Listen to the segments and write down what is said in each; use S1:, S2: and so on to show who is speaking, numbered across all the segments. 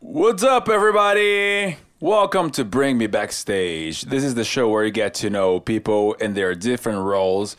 S1: What's up, everybody? Welcome to Bring Me Backstage. This is the show where you get to know people in their different roles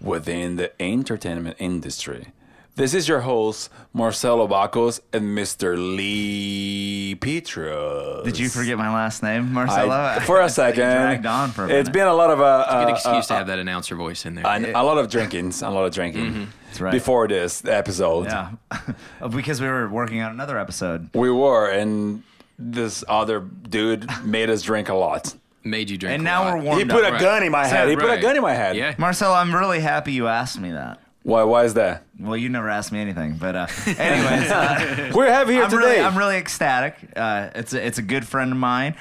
S1: within the entertainment industry. This is your host, Marcelo Bacos and Mr. Lee Petros.
S2: Did you forget my last name, Marcelo?
S1: I, for a second.
S2: dragged on for a
S1: It's
S2: minute.
S1: been a lot of uh, uh,
S3: Good excuse to have that announcer voice in there.
S1: an- a lot of drinkings, a lot of drinking
S2: Mm-hmm. right.
S1: before this episode.
S2: yeah, Oh, because we were working on another episode.
S1: We were, and this other dude made us drink a lot.
S3: Made you drink.
S2: And
S3: a
S2: now
S3: lot.
S2: we're warm-
S1: He
S2: Warmed
S1: put
S2: up,
S1: a
S3: right.
S1: gun in my head. He put a
S3: Right.
S1: gun in my head.
S3: Yeah.
S2: Marcelo, I'm really happy you asked me that.
S1: Why? Why is that?
S2: Well, you never asked me anything, but uh, anyways, uh,
S1: We're having here
S2: I'm
S1: today.
S2: really, I'm really ecstatic. Uh, it's a, it's a good friend of mine.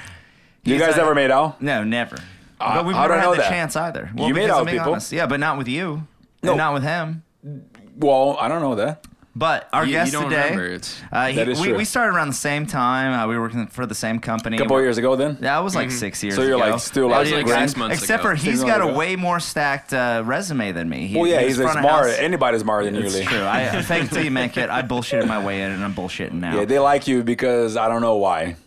S1: you
S2: He's
S1: guys
S2: a-
S1: ever made out?
S2: No, never.
S1: I-
S2: but we've
S1: I
S2: never
S1: don't
S2: had
S1: know
S2: the
S1: that.
S2: chance either. Well,
S1: You made
S2: because
S1: out
S2: I'm being
S1: people.
S2: honest. yeah, but not with you.
S1: No.
S2: and not with him.
S1: Well, I don't know that.
S2: But our
S3: You- you
S2: guest
S3: don't
S2: today,
S3: remember. It's-
S2: uh, he-
S1: That is
S2: we,
S1: true.
S2: we started around the same time. Uh, we were working for the same company.
S1: A couple years ago, then.
S2: That was like
S3: Mm-hmm.
S2: six years.
S1: So you're,
S2: ago.
S1: like, still That
S3: was, like, like, six grand? months
S2: Except
S3: ago.
S2: for he's
S1: Six
S2: got
S1: months
S2: a
S1: ago.
S2: way more stacked uh, resume than me. He,
S1: Well, yeah,
S2: he
S1: he's
S2: was
S1: a
S2: front of
S1: smart.
S2: house-
S1: Anybody's smarter than you,
S2: It's
S1: Lee.
S2: true. I fake till you make it. I bullshitted my way in, and I'm bullshitting now
S1: Yeah, they like you because I don't know why.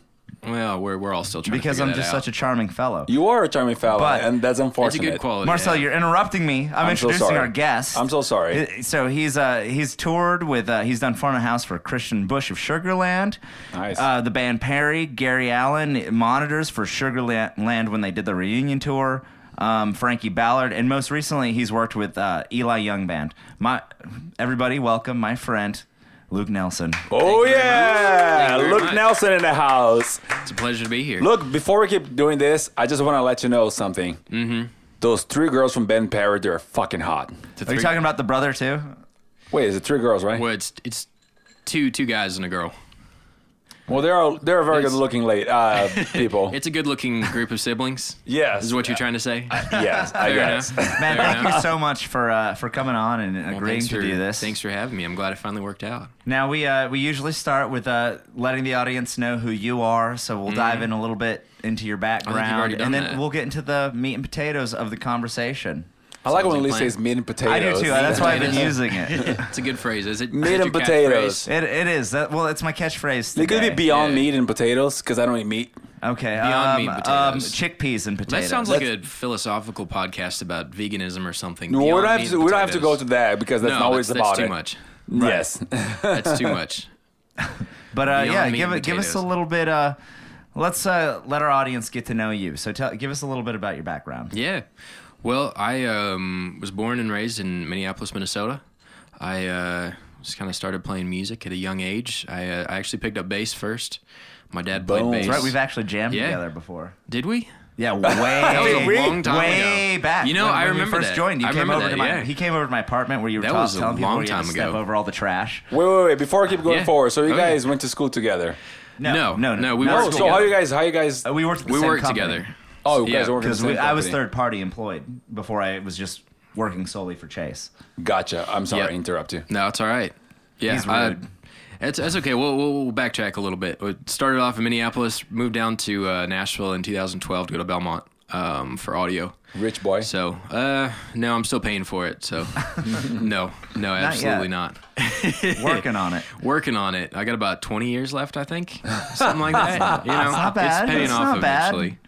S3: well, we're we're all still trying
S2: because
S3: to
S2: I'm
S3: figure
S2: just
S3: that out.
S2: such a charming fellow.
S1: You are a charming fella,
S2: But-
S1: and that's
S3: It's a
S1: unfortunate.
S3: good quality.
S2: Marcel,
S3: yeah.
S2: you're interrupting me.
S1: I'm
S2: I'm,
S1: so
S2: introducing
S1: sorry.
S2: our guest.
S1: I'm so sorry.
S2: Uh, So he's uh, he's toured with uh, he's done front of house for Christian Bush of Sugarland,
S1: Nice.
S2: uh, the band Perry, Gary Allen monitors for Sugarland when they did the reunion tour, um, Frankie Ballard, and most recently he's worked with uh, Eli Young Band. My everybody, welcome my friend Luke Nelson.
S1: Oh yeah,
S3: Thank you very
S1: Luke
S3: much.
S1: Nelson in the house.
S3: It's a pleasure to be here.
S1: Look, before we keep doing this, I just want to let you know something. Mm-hmm. Those three girls from Ben Perry, they're fucking hot.
S3: To
S2: Are you
S3: three-
S2: talking about the brother too?
S1: Wait, is it three girls, right?
S3: Well, it's it's two two guys and a girl.
S1: Well, they're all, they're very
S3: It's-
S1: good looking late uh, people.
S3: It's a good looking group of siblings.
S1: yes,
S3: Is what you're trying to say?
S1: yes, I
S3: Fair
S1: guess.
S3: enough.
S2: Man,
S3: Fair
S2: thank you
S3: enough.
S2: so much for uh, for coming on and
S3: Well,
S2: agreeing
S3: thanks
S2: to
S3: for,
S2: do this.
S3: Thanks for having me. I'm glad it finally worked out.
S2: Now we uh, we usually start with uh, letting the audience know who you are, so
S3: Mm-hmm.
S2: we'll dive in a little bit into your background,
S3: already done
S2: and then
S3: that.
S2: we'll get into the meat and potatoes of the conversation.
S1: I like when
S3: like
S1: Lee
S3: playing-
S1: says meat and potatoes.
S2: I do too. That's why I've been
S3: Potatoes.
S2: using it.
S3: It's a good phrase. Is it?
S1: Meat
S3: is it
S1: and
S3: your
S1: potatoes.
S3: catchphrase?
S2: It, it is that. Well, it's my catchphrase.
S1: It could be
S2: today.
S1: beyond
S3: Yeah.
S1: meat and potatoes because I don't eat meat.
S2: okay. um,
S3: Beyond meat
S2: um,
S3: potatoes.
S2: chickpeas and
S3: That
S2: potatoes.
S3: sounds like a philosophical podcast about veganism or something.
S1: We don't,
S3: Beyond
S1: have
S3: meat
S1: to,
S3: and
S1: we don't have to go
S3: potatoes.
S1: to that because that's
S3: no,
S1: not always
S3: that's,
S1: about
S3: that's too
S1: it.
S3: much.
S1: Yes.
S3: That's too much.
S2: But uh,
S3: Beyond
S2: yeah,
S3: meat
S2: give
S3: and
S2: it, give us a
S3: potatoes.
S2: little bit. Uh, let's uh, let our audience get to know you. So tell, give us a little bit about your background.
S3: Yeah. Well, I um, was born and raised in Minneapolis, Minnesota. I uh, just kind of started playing music at a young age. I, uh, I actually picked up bass first. My dad played
S1: Boom.
S3: bass.
S1: That's
S2: Right, we've actually jammed
S3: Yeah.
S2: together before.
S3: Did we?
S2: Yeah, way
S3: That was a long time
S2: way
S3: ago.
S2: back.
S3: You know,
S2: when,
S3: I
S2: when
S3: remember
S2: we first
S3: that.
S2: joined. You
S3: I
S2: came
S3: remember
S2: over
S3: that,
S2: to my.
S3: yeah.
S2: He came over to my apartment where you were
S3: That
S2: tell-
S3: was a
S2: telling people
S3: long
S2: we had
S3: time
S2: to step
S3: ago.
S2: over all the trash.
S1: wait, wait, wait. Before I keep going
S3: Yeah.
S1: forward, so you
S3: Oh, yeah.
S1: guys went to school together.
S3: No,
S2: no,
S3: no, we
S1: Oh,
S3: worked
S1: so
S3: together.
S1: how you guys? How you guys?
S2: Uh, We worked. At the
S3: we
S2: same
S3: worked
S2: company.
S3: together.
S1: Oh, you guys
S3: yeah,
S1: work in the
S2: because
S1: same
S2: we- I was
S1: company.
S2: third party employed before I was just working solely for Chase.
S1: Gotcha. I'm sorry,
S3: Yeah.
S1: I interrupt you.
S3: No, it's all right. Yeah,
S2: He's
S3: I-
S2: rude.
S3: it's, it's okay. We'll, we'll, we'll backtrack a little bit. We started off in Minneapolis, moved down to uh, Nashville in 2012 to go to Belmont um, for audio.
S1: Rich boy.
S3: So, uh, no, I'm still paying for it. So, no, no, absolutely
S2: yet.
S3: not.
S2: Working on it.
S3: Working on it. I got about 20 years left, I think, something like that. you know,
S2: it's not bad.
S3: It's paying
S2: It's
S3: off
S2: not bad.
S3: eventually.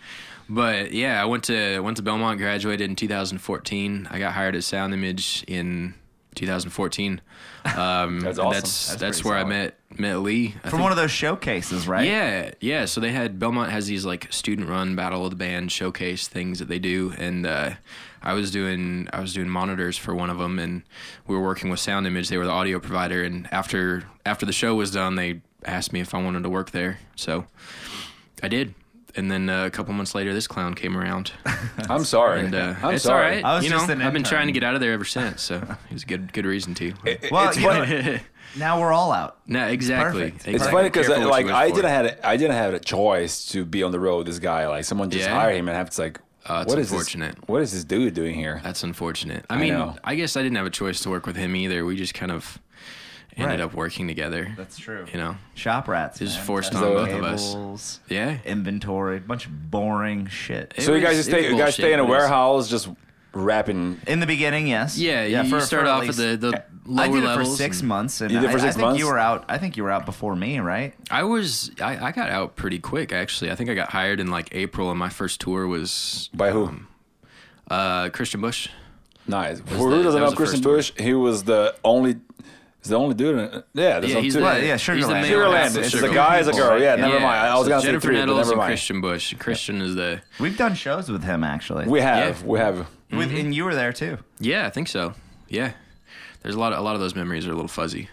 S3: But yeah, I went to went to Belmont, graduated in 2014. I got hired at Sound Image in 2014. Um,
S1: That's awesome.
S3: That's
S2: That's
S3: that's,
S2: pretty
S3: where I
S2: solid.
S3: met met Lee. I
S2: From one of those showcases, right?
S3: yeah, yeah. So they had Belmont has these like student run battle of the band showcase things that they do, and uh, I was doing I was doing monitors for one of them, and we were working with Sound Image. They were the audio provider, and after after the show was done, they asked me if I wanted to work there, so I did. And then uh, a couple months later, this clown came around,
S1: I'm sorry.
S3: and uh,
S1: I'm
S3: it's
S1: sorry.
S3: all right.
S2: I was
S3: you
S2: just
S3: know,
S2: an
S3: I've been
S2: intern.
S3: trying to get out of there ever since, so it was a good good reason to.
S2: Well,
S1: it's
S2: you
S1: funny.
S2: know, now we're all out.
S3: no, exactly.
S2: perfect. It's
S1: It's
S3: exactly.
S1: funny because
S3: Careful what
S1: like
S3: you wish
S1: I
S3: for.
S1: didn't have a, I didn't have a choice to be on the road. with This guy, like someone just
S3: Yeah.
S1: hired him, and I have to like,
S3: Uh, it's
S1: what is
S3: unfortunate.
S1: This, what is this dude doing here?
S3: That's unfortunate. I mean, I,
S1: know.
S3: guess I didn't have a choice to work with him either. We just kind of ended
S2: Right.
S3: up working together.
S2: That's true.
S3: You know.
S2: Shop rats.
S3: It was
S2: man.
S3: forced
S2: Testing
S1: on both
S3: of us.
S2: cables,
S3: Yeah.
S2: Inventory, bunch of boring shit.
S3: It
S1: so you guys
S3: was-
S1: just
S3: it was
S1: stay you guys
S3: bullshit,
S1: stay in a
S3: but it was-
S1: warehouse just rapping.
S2: In the beginning, yes.
S3: Yeah, you- you start off at the-
S2: I
S3: the lower
S2: did it for
S3: levels
S2: six
S3: and-
S2: months, and
S1: You did it
S2: I,
S1: for
S2: I
S1: six
S2: think
S1: months?
S2: you were out. I think you were out before me, right?
S3: I was I, I got out pretty quick actually. I think I got hired in like April, and my first tour was
S1: By who?
S3: uh, Christian Bush.
S1: nice. Who
S3: the-
S1: doesn't
S3: that
S1: know
S3: Um, was the
S1: Christian
S3: first one.
S1: Bush? He was the only. He's the only dude. In, yeah, there's
S3: Yeah,
S1: no
S3: he's
S1: two.
S3: the-
S2: Well, yeah,
S3: he's the
S2: Sugarland.
S3: main
S1: Sugarland.
S3: cast of
S1: It's
S3: Sugarland.
S1: a guy, it's a girl. Yeah, never
S3: Yeah,
S1: mind. I was
S3: so
S1: gonna say
S3: Jennifer
S1: three, but
S3: Nettles
S1: never
S3: and
S1: mind.
S3: Christian Bush. Christian is the
S2: We've done shows with him actually.
S1: We have, we have.
S2: With,
S3: Mm-hmm.
S2: and you were there too.
S3: yeah, I think so. Yeah, there's a lot of a lot of those memories are a little fuzzy.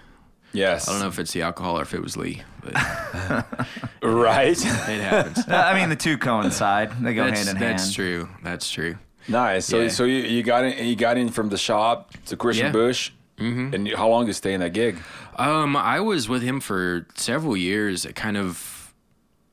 S1: Yes.
S3: I don't know if it's the alcohol or if it was Lee, but it
S1: Right.
S3: happens.
S2: Uh, I mean, the two coincide; they go
S3: that's
S2: hand in
S3: that's
S2: hand.
S3: true. That's true.
S1: nice. So
S3: Yeah.
S1: so you, you got in you got in from the shop to Christian
S3: Yeah.
S1: Bush. Mm-hmm. And you- how long did you stay in that gig?
S3: Um, I was with him for several years. It kind of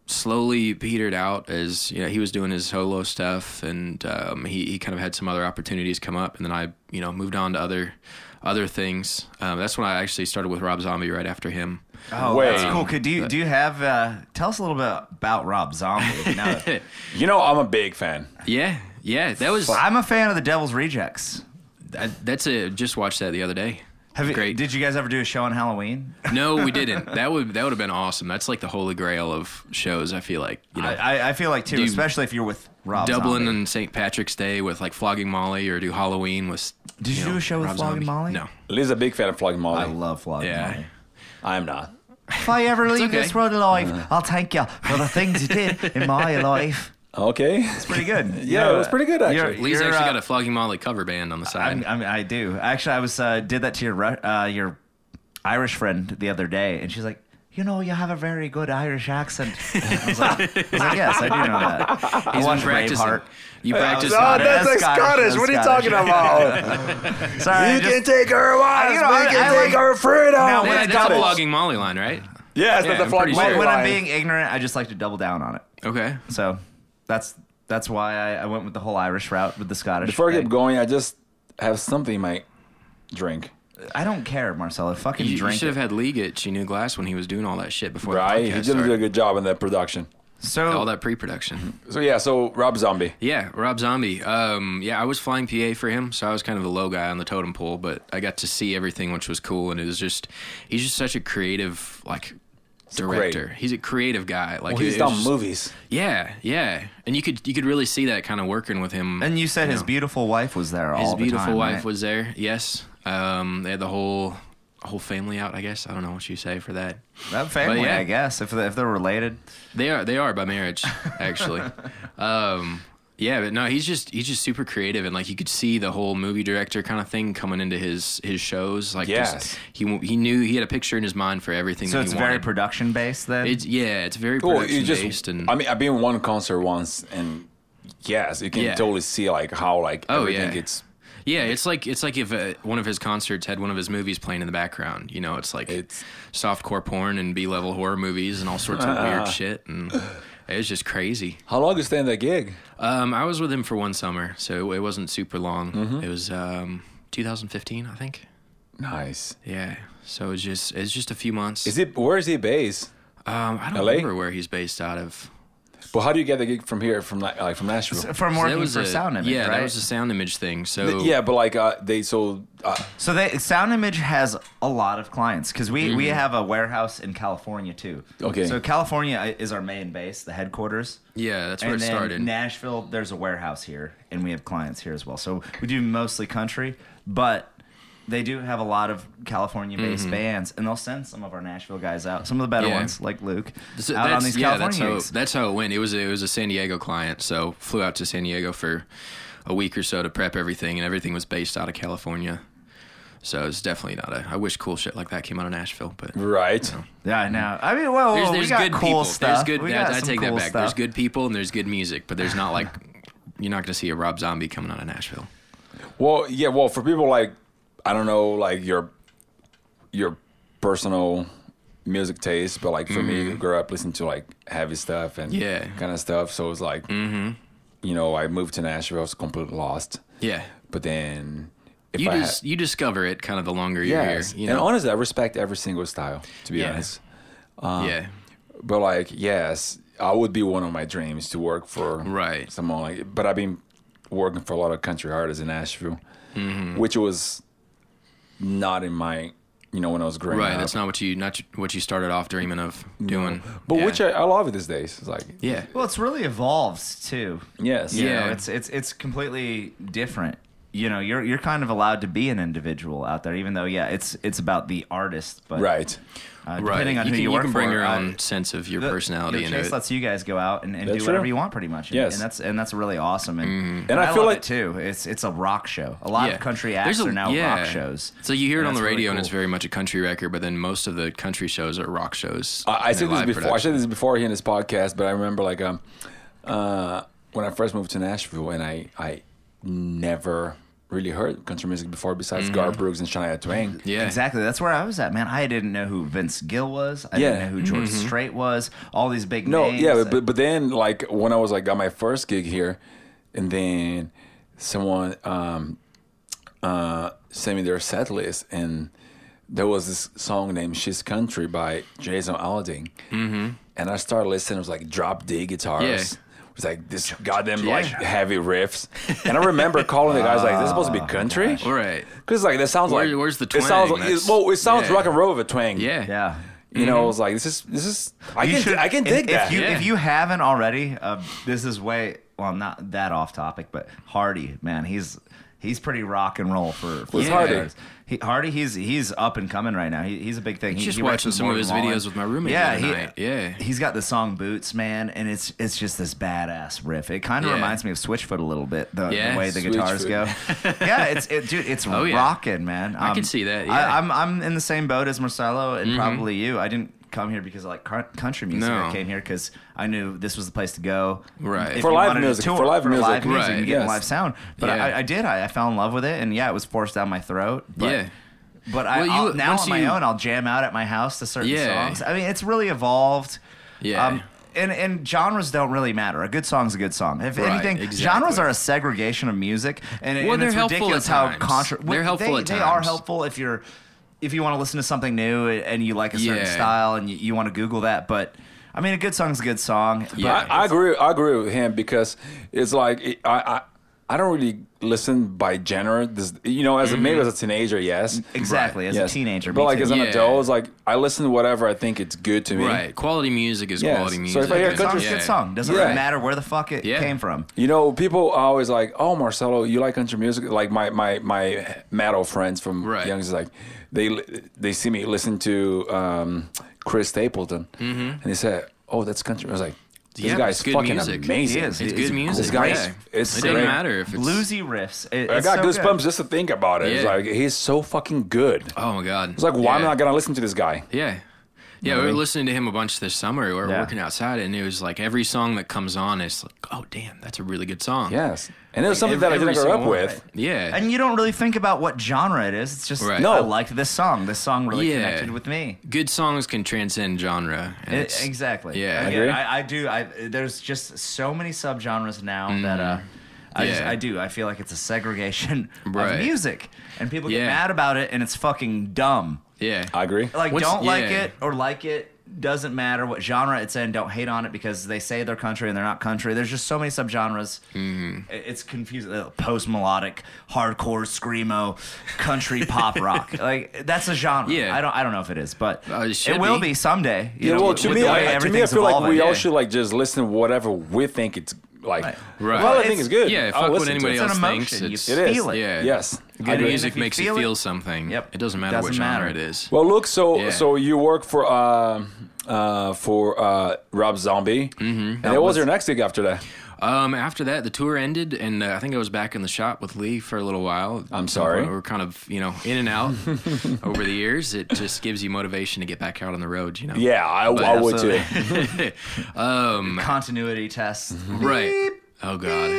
S3: slowly petered out as you know he was doing his solo stuff, and um, he he kind of had some other opportunities come up, and then I you know moved on to other other things. Um, that's when I actually started with Rob Zombie right after him.
S2: Oh,
S1: Way.
S2: that's cool. Could do you, do you have? Uh, tell us a little bit about Rob Zombie. Now,
S1: You know, I'm a big fan.
S3: Yeah, yeah, that was
S2: I'm a fan of the Devil's Rejects.
S3: that, that's a just watched that the other day.
S2: Have you,
S3: Great.
S2: Did you guys ever do a show on Halloween?
S3: No, we didn't. That would that would have been awesome. That's like the holy grail of shows. I feel like you know.
S2: I, I- I feel like too,
S3: Dude.
S2: especially if you're with Rob.
S3: Dublin
S2: Zombie.
S3: and St. Patrick's Day with like flogging Molly, or do Halloween with.
S2: Did you do a show with Flogging Molly?
S3: No,
S1: Liz a big fan of Flogging
S2: I
S1: Molly.
S2: love Flogging
S3: Yeah.
S2: Molly.
S1: I'm not.
S2: If I ever leave
S3: okay.
S2: this world alive, I'll thank you for the things you did in my life.
S1: Okay.
S2: Pretty good.
S1: Yeah, it was pretty good, actually.
S3: Lee's
S2: you're,
S3: actually
S2: uh,
S3: got a flogging Molly cover band on the
S2: I'm,
S3: side.
S2: I'm, I do actually. I was uh, did that to your Ru- uh, your Irish friend the other day, and she's like, "You know, you have a very good Irish accent." I was like, I was like, "Yes, I do know that." I
S3: He's been
S2: watched
S3: practicing.
S2: Braveheart.
S3: You practice.
S2: no,
S3: on it.
S2: that's like Scottish. What are you talking
S1: about?
S2: Sorry, I just-
S1: take her wives,
S2: You know, we I- can I take like- her
S1: freedom.
S2: No,
S3: Yeah,
S2: when I
S3: that's
S2: got
S3: a
S2: it.
S3: flogging Molly line, right?
S1: Yes,
S3: Yeah,
S1: that's the
S3: I'm
S1: Flogging
S3: pretty sure.
S1: Molly.
S2: when, when I'm
S1: line.
S2: being ignorant, I just like to double down on it.
S3: Okay.
S2: So that's that's why I, I went with the whole Irish route with the Scottish.
S1: Before I
S2: thing.
S1: keep going, I just have something in my drink.
S2: I don't care, Marcelo. Fucking
S3: You, you
S2: drink.
S3: should
S2: it.
S3: have had Lee get She Knew Glass when he was doing all that shit before
S1: Right?
S3: the
S1: He
S3: podcast
S1: did do a
S3: started.
S1: good job in that production.
S2: So
S3: All that pre-production.
S1: So yeah, so Rob Zombie.
S3: Yeah, Rob Zombie. Um, yeah, I was flying PA for him, so I was kind of the low guy on the totem pole, but I got to see everything, which was cool. And it was just, he's just such a creative, like,
S1: great.
S3: director. He's a creative guy.
S1: Well,
S3: Like,
S1: he's
S3: it- it was
S1: done
S3: just-
S1: movies.
S3: Yeah, yeah, and you could you could really see that kind of working with him.
S2: and you said his
S3: know,
S2: beautiful wife was there.
S3: his
S2: all the
S3: beautiful
S2: time,
S3: wife
S2: right?
S3: was there. Yes, um, they had the whole whole family out. I guess I don't know what you say for that.
S2: that family,
S3: yeah.
S2: I guess. If they- if they're related,
S3: They are they are by marriage actually. um, yeah, but no, he's just he's just super creative and like you could see the whole movie director kind of thing coming into his his shows. Like
S1: Yes.
S3: just, he w- he knew he had a picture in his mind for everything.
S2: so
S3: that
S2: it's
S3: he
S2: very
S3: wanted.
S2: production based. Then
S3: It's yeah, it's very
S1: Cool.
S3: production
S1: You just,
S3: based and
S1: I mean, I've been in one concert once, and yes, you can
S3: Yeah.
S1: totally see like how like
S3: Oh,
S1: everything
S3: yeah.
S1: gets.
S3: Yeah, it's like it's like if uh, one of his concerts had one of his movies playing in the background. You know, it's like
S1: It's-
S3: softcore porn and B-level horror movies and all sorts of weird shit, and it was just crazy.
S1: How long you stay in that gig?
S3: Um, I was with him for one summer, so it wasn't super long.
S1: Mm-hmm.
S3: It was um, 2015, I think.
S1: Nice.
S3: Yeah, so it's just it's just a few months.
S1: Is it where is he based?
S3: um, I don't
S1: LA?
S3: remember where he's based out of.
S1: But how do you get the gig from here from like, like from Nashville?
S2: from
S3: That
S2: working
S3: was
S2: for
S3: a-
S2: Sound Image,
S3: yeah,
S2: right?
S3: that was a sound image thing. So
S1: Yeah, but like uh, they so uh,
S2: so they, Sound Image has a lot of clients because we
S3: Mm-hmm.
S2: we have a warehouse in California too.
S1: Okay.
S2: so California uh, is our main base, the headquarters.
S3: yeah, that's where
S2: and
S3: it
S2: then
S3: started.
S2: Nashville, there's a warehouse here, and we have clients here as well. So we do mostly country, but they do have a lot of California-based bands, and they'll send some of our Nashville guys out, some of the better
S3: Mm-hmm. Yeah.
S2: ones, like Luke,
S3: So
S2: out on
S3: that's-
S2: these
S3: yeah,
S2: California
S3: that's
S2: gigs.
S3: how, that's how it went. It was a, it was a San Diego client, so flew out to San Diego for a week or so to prep everything, and everything was based out of California. So it's definitely not a. I wish cool shit like that came out of Nashville, but
S1: right.
S2: Yeah, I know. I mean, well,
S3: there's,
S2: well, Oh, we
S3: there's
S2: got
S3: good
S2: cool
S3: people.
S2: stuff.
S3: There's good.
S2: we
S3: I-
S2: got
S3: I,
S2: some
S3: take
S2: cool
S3: that back.
S2: Stuff.
S3: There's good people and there's good music, but there's not like you're not going to see a Rob Zombie coming out of Nashville.
S1: Well, yeah. Well, for people like I don't know, like your your personal music taste, but like for me, I grew up listening to like heavy stuff and
S3: Mm-hmm. Yeah. Mm-hmm.
S1: kind of stuff. So it's like, you know, I moved to Nashville, I was completely lost.
S3: Yeah,
S1: But then if
S3: you
S1: I
S3: just you discover it kind of the longer you're
S1: had, yes,
S3: here. You know,
S1: and honestly, I respect every single style to be
S3: Yeah.
S1: honest.
S2: uh,
S3: yeah,
S1: But like, yes, I would be one of my dreams to work for
S3: Right.
S1: someone like. But I've been working for a lot of country artists in Nashville,
S3: Mm-hmm.
S1: which was not in my, you know, when I was growing
S3: Right,
S1: up.
S3: that's not what you not what you started off dreaming of doing.
S1: but
S3: yeah.
S1: which I, I love it these days. It's like,
S3: yeah,
S2: Well, it's really evolved too.
S1: yes.
S2: You
S3: Yeah.
S2: know, it's it's it's completely different. You know, you're you're kind of allowed to be an individual out there, even though yeah, it's it's about the artist, but
S1: Right.
S2: uh,
S3: right.
S2: depending on
S3: you
S2: who
S3: can,
S2: you work
S3: can bring
S2: for,
S3: your
S2: uh,
S3: own sense of your
S2: the-
S3: personality
S2: your
S3: and
S2: Chase
S3: it.
S2: lets you guys go out and, and do
S1: That's
S2: whatever
S1: true.
S2: you want, pretty much. And,
S1: Yes.
S2: and that's and that's really awesome. And
S3: Mm-hmm.
S2: and,
S1: I
S2: I,
S1: feel
S2: love
S1: like-
S2: it too. It's it's a rock show. A lot of country acts
S3: There's a-
S2: are now
S3: yeah.
S2: rock shows.
S3: So you hear
S2: And
S3: it on the
S2: that's really
S3: radio and it's
S2: cool.
S3: very much a country record, but then most of the country shows are rock shows.
S1: I, I
S3: in
S1: said this
S3: their live
S1: before. I said this before here in this podcast, but I remember like um, uh, when I first moved to Nashville, and I I never really heard country music before besides Gar Brooks and Shania Twain.
S3: Mm-hmm. Yeah,
S2: Exactly. That's where I was at, man. I didn't know who Vince Gill was. I
S1: Yeah.
S2: didn't know who George
S3: Mm-hmm.
S2: Strait was. All these big
S1: No,
S2: names.
S1: yeah, but but then like when I was like got my first gig here, and then someone um uh sent me their set list, and there was this song named "She's Country" by Jason Aldean, mm-hmm. and I started listening. It was like drop D guitars. It was like this goddamn like
S3: Yeah.
S1: heavy riffs, and I remember calling the guys like, "This is supposed to be country."
S3: All right.
S1: Because like that sounds
S3: Oh, Where-
S1: like
S3: where's the
S1: It sounds
S3: twang?
S1: like, it,
S3: That's-
S1: well, it sounds
S3: yeah.
S1: rock and roll with a twang.
S3: Yeah. Mm-hmm.
S2: yeah.
S1: you know, I was like, "This is this is I
S2: You
S1: can
S2: should-
S1: I can
S2: if-
S1: dig
S2: if,
S1: that."
S2: You,
S3: Yeah.
S2: If you haven't already, uh, this is way well, not that off topic, but Hardy, man, he's he's pretty rock and roll for. for
S1: Who's
S2: the
S1: Hardy?
S2: guys. He, Hardy, he's he's up and coming right now. He, he's a big thing. He,
S3: Just
S2: he works
S3: watching
S2: with
S3: some of
S2: Morgan
S3: his
S2: Wallen.
S3: videos with my roommate
S2: Yeah,
S3: the other
S2: he,
S3: night. Yeah.
S2: he's got the song Boots, man, and it's it's just this badass riff. It kind of
S3: Yeah.
S2: reminds me of Switchfoot a little bit, the,
S3: Yeah, Oh,
S2: the way the guitars go. yeah, it's it, dude, it's
S3: yeah.
S2: rocking, man. I
S3: can see that, yeah.
S2: I, I'm I'm in the same boat as Marcelo and probably you. I didn't come here because I like cou- country music.
S3: Mm-hmm. No.
S2: I came here because I knew this was the place to go.
S3: Right.
S2: If
S1: For
S2: you
S1: live
S2: wanted to
S1: music,
S2: tour-
S1: for live music,
S2: live music,
S3: right,
S2: you get
S1: yes.
S2: live sound. But
S3: Yeah.
S2: I, I did. I, I fell in love with it, and yeah, it was forced down my throat. But,
S3: Yeah.
S2: But I
S3: Well,
S2: I'll-
S3: you-
S2: now
S3: once
S2: on my
S3: you-
S2: own, I'll jam out at my house to certain
S3: Yeah.
S2: songs. I mean, it's really evolved.
S3: Yeah.
S2: Um, and, and genres don't really matter. A good song's a good song. If
S3: Right,
S2: anything,
S3: exactly.
S2: genres are a segregation of music, and, it-
S3: Well,
S2: and
S3: they're
S2: it's
S3: helpful at
S2: ridiculous how
S3: times.
S2: contra-
S3: They're helpful
S2: they,
S3: at
S2: They are
S3: times.
S2: helpful if you're if you want to listen to something new and you like a certain
S3: Yeah.
S2: style and you, you want to Google that. But I mean, a good song's a good song. but-
S3: Yeah.
S1: I, I agree. I agree with him because it's like it, I, I I don't really listen by genre. This, you know, as a, maybe as
S3: Mm-hmm.
S1: a teenager, yes,
S2: exactly. As
S1: Yes.
S2: a teenager,
S1: but
S2: me
S1: like
S2: too.
S1: as an
S3: Yeah.
S1: adult, it's like I listen to whatever I think it's good to me.
S3: Right. Quality music is
S1: Yes.
S3: quality
S1: So
S3: music.
S1: if I hear
S2: good
S3: and-
S2: song's a
S3: yeah.
S2: good song. Doesn't
S1: Yeah.
S2: really matter where the fuck it
S3: Yeah.
S2: came from.
S1: You know, people are always like, "Oh, Marcelo, you like country music?" Like my my my metal friends from
S3: Right.
S1: Youngs, is like they they see me listen to um, Chris Stapleton, and they say, "Oh, that's country." I was like, "This
S3: Mm-hmm. Yeah,
S1: guy's
S3: it's good
S1: fucking
S3: music.
S1: amazing."
S2: He is.
S3: It's
S2: It's
S3: good
S2: cool.
S3: music.
S1: This guy's-
S3: yeah.
S1: it's
S3: it doesn't
S1: great.
S3: matter if it's
S2: Bluesy riffs. It,
S1: I
S2: it's
S1: got
S2: so
S1: goosebumps
S2: good.
S1: just to think about it. It's
S3: Yeah.
S1: like he's so fucking good.
S3: Oh my god.
S1: It's like, why am
S3: Yeah.
S1: I not gonna listen to this guy?
S3: Yeah. Yeah, we were listening to him a bunch this summer. We were
S2: Yeah.
S3: working outside, and it was like every song that comes on is like, oh, damn, that's a really good song.
S1: Yes, and it was something
S3: Every-
S1: that I didn't
S3: every
S1: grow
S3: single
S1: up
S3: one.
S1: with.
S3: Yeah.
S2: And you don't really think about what genre it is. It's just
S3: Right.
S1: No.
S2: I liked this song. This song really
S3: Yeah.
S2: connected with me.
S3: good songs can transcend genre. and
S2: It-
S3: it's-
S2: exactly.
S3: yeah. I
S2: Again,
S1: agree.
S2: I, I do. I there's just so many subgenres now that uh, I just,
S3: Mm-hmm. Yeah.
S2: I do. I feel like it's a segregation of
S3: Right.
S2: music, and people get
S3: Yeah.
S2: mad about it, and it's fucking dumb.
S3: Yeah.
S1: I agree.
S2: Like,
S3: What's-
S2: don't like
S3: yeah.
S2: it or like it. Doesn't matter what genre it's in. Don't hate on it because they say they're country and they're not country. There's just so many subgenres.
S3: Mm-hmm.
S2: I- It's confusing. Post melodic, hardcore, screamo, country pop rock. Like that's a genre.
S3: Yeah.
S2: I don't. I don't know if it is, but
S3: Uh, it
S2: it,
S3: should
S2: will
S3: be.
S2: be someday. you
S1: yeah,
S2: know,
S1: well,
S2: with
S1: to
S2: the
S1: me,
S2: way
S1: I, to me, I
S2: everything's
S1: feel like
S2: evolving.
S1: we all
S3: yeah.
S1: should like just listen to whatever we think it's like.
S3: Right.
S1: If I
S3: Well,
S1: think
S2: it's-
S1: it's good.
S3: yeah,
S1: I'll
S3: fuck what
S1: listen to
S3: anybody
S1: it.
S2: It's
S3: else
S2: an
S3: thinks.
S2: emotion. You
S3: It's-
S1: It is.
S2: feel it.
S3: Yeah.
S1: Yes. I
S3: Good
S1: agree.
S3: music
S2: if you
S3: makes you
S2: feel
S3: feel
S2: it-
S3: something.
S2: Yep.
S3: It doesn't matter what
S2: Doesn't
S3: genre
S2: matter.
S3: it is.
S1: Well, look. So,
S3: Yeah.
S1: so you work for uh, uh, for uh, Rob Zombie, mm-hmm. and what was
S2: was-
S1: your next gig after that?
S3: Um, after that, the tour ended, and uh, I think I was back in the shop with Lee for a little while.
S1: I'm sorry.
S3: We are kind of, you know, in and out over the years. It just gives you motivation to get back out on the road, you know?
S1: Yeah, I, I would too.
S2: absolutely. Continuity tests.
S3: Um, Right. Oh, God.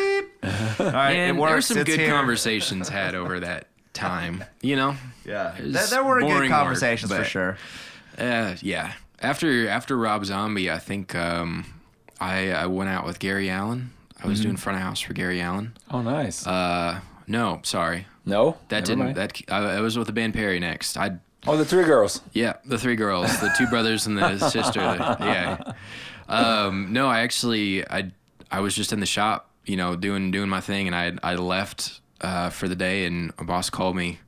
S2: All right,
S3: And
S2: it
S3: there were
S2: works.
S3: some
S2: it's
S3: good
S2: here.
S3: conversations had over that time, you know?
S2: Yeah,
S3: It was
S2: there, there were good
S3: boring work,
S2: conversations for
S3: but-
S2: sure.
S3: Uh, yeah. After after Rob Zombie, I think um, I I went out with Gary Allen. I
S1: Mm-hmm.
S3: was doing front of house for Gary Allen.
S1: Oh, nice.
S3: Uh, no, sorry,
S1: no,
S3: that
S1: Never
S3: didn't.
S1: mind.
S3: That I, I was with the band Perry next. I
S1: oh, the three girls.
S3: yeah, the three girls, the two brothers and the sister. Yeah. Um, no, I actually I I was just in the shop. you know, doing doing my thing, and I I left uh, for the day, and a boss called me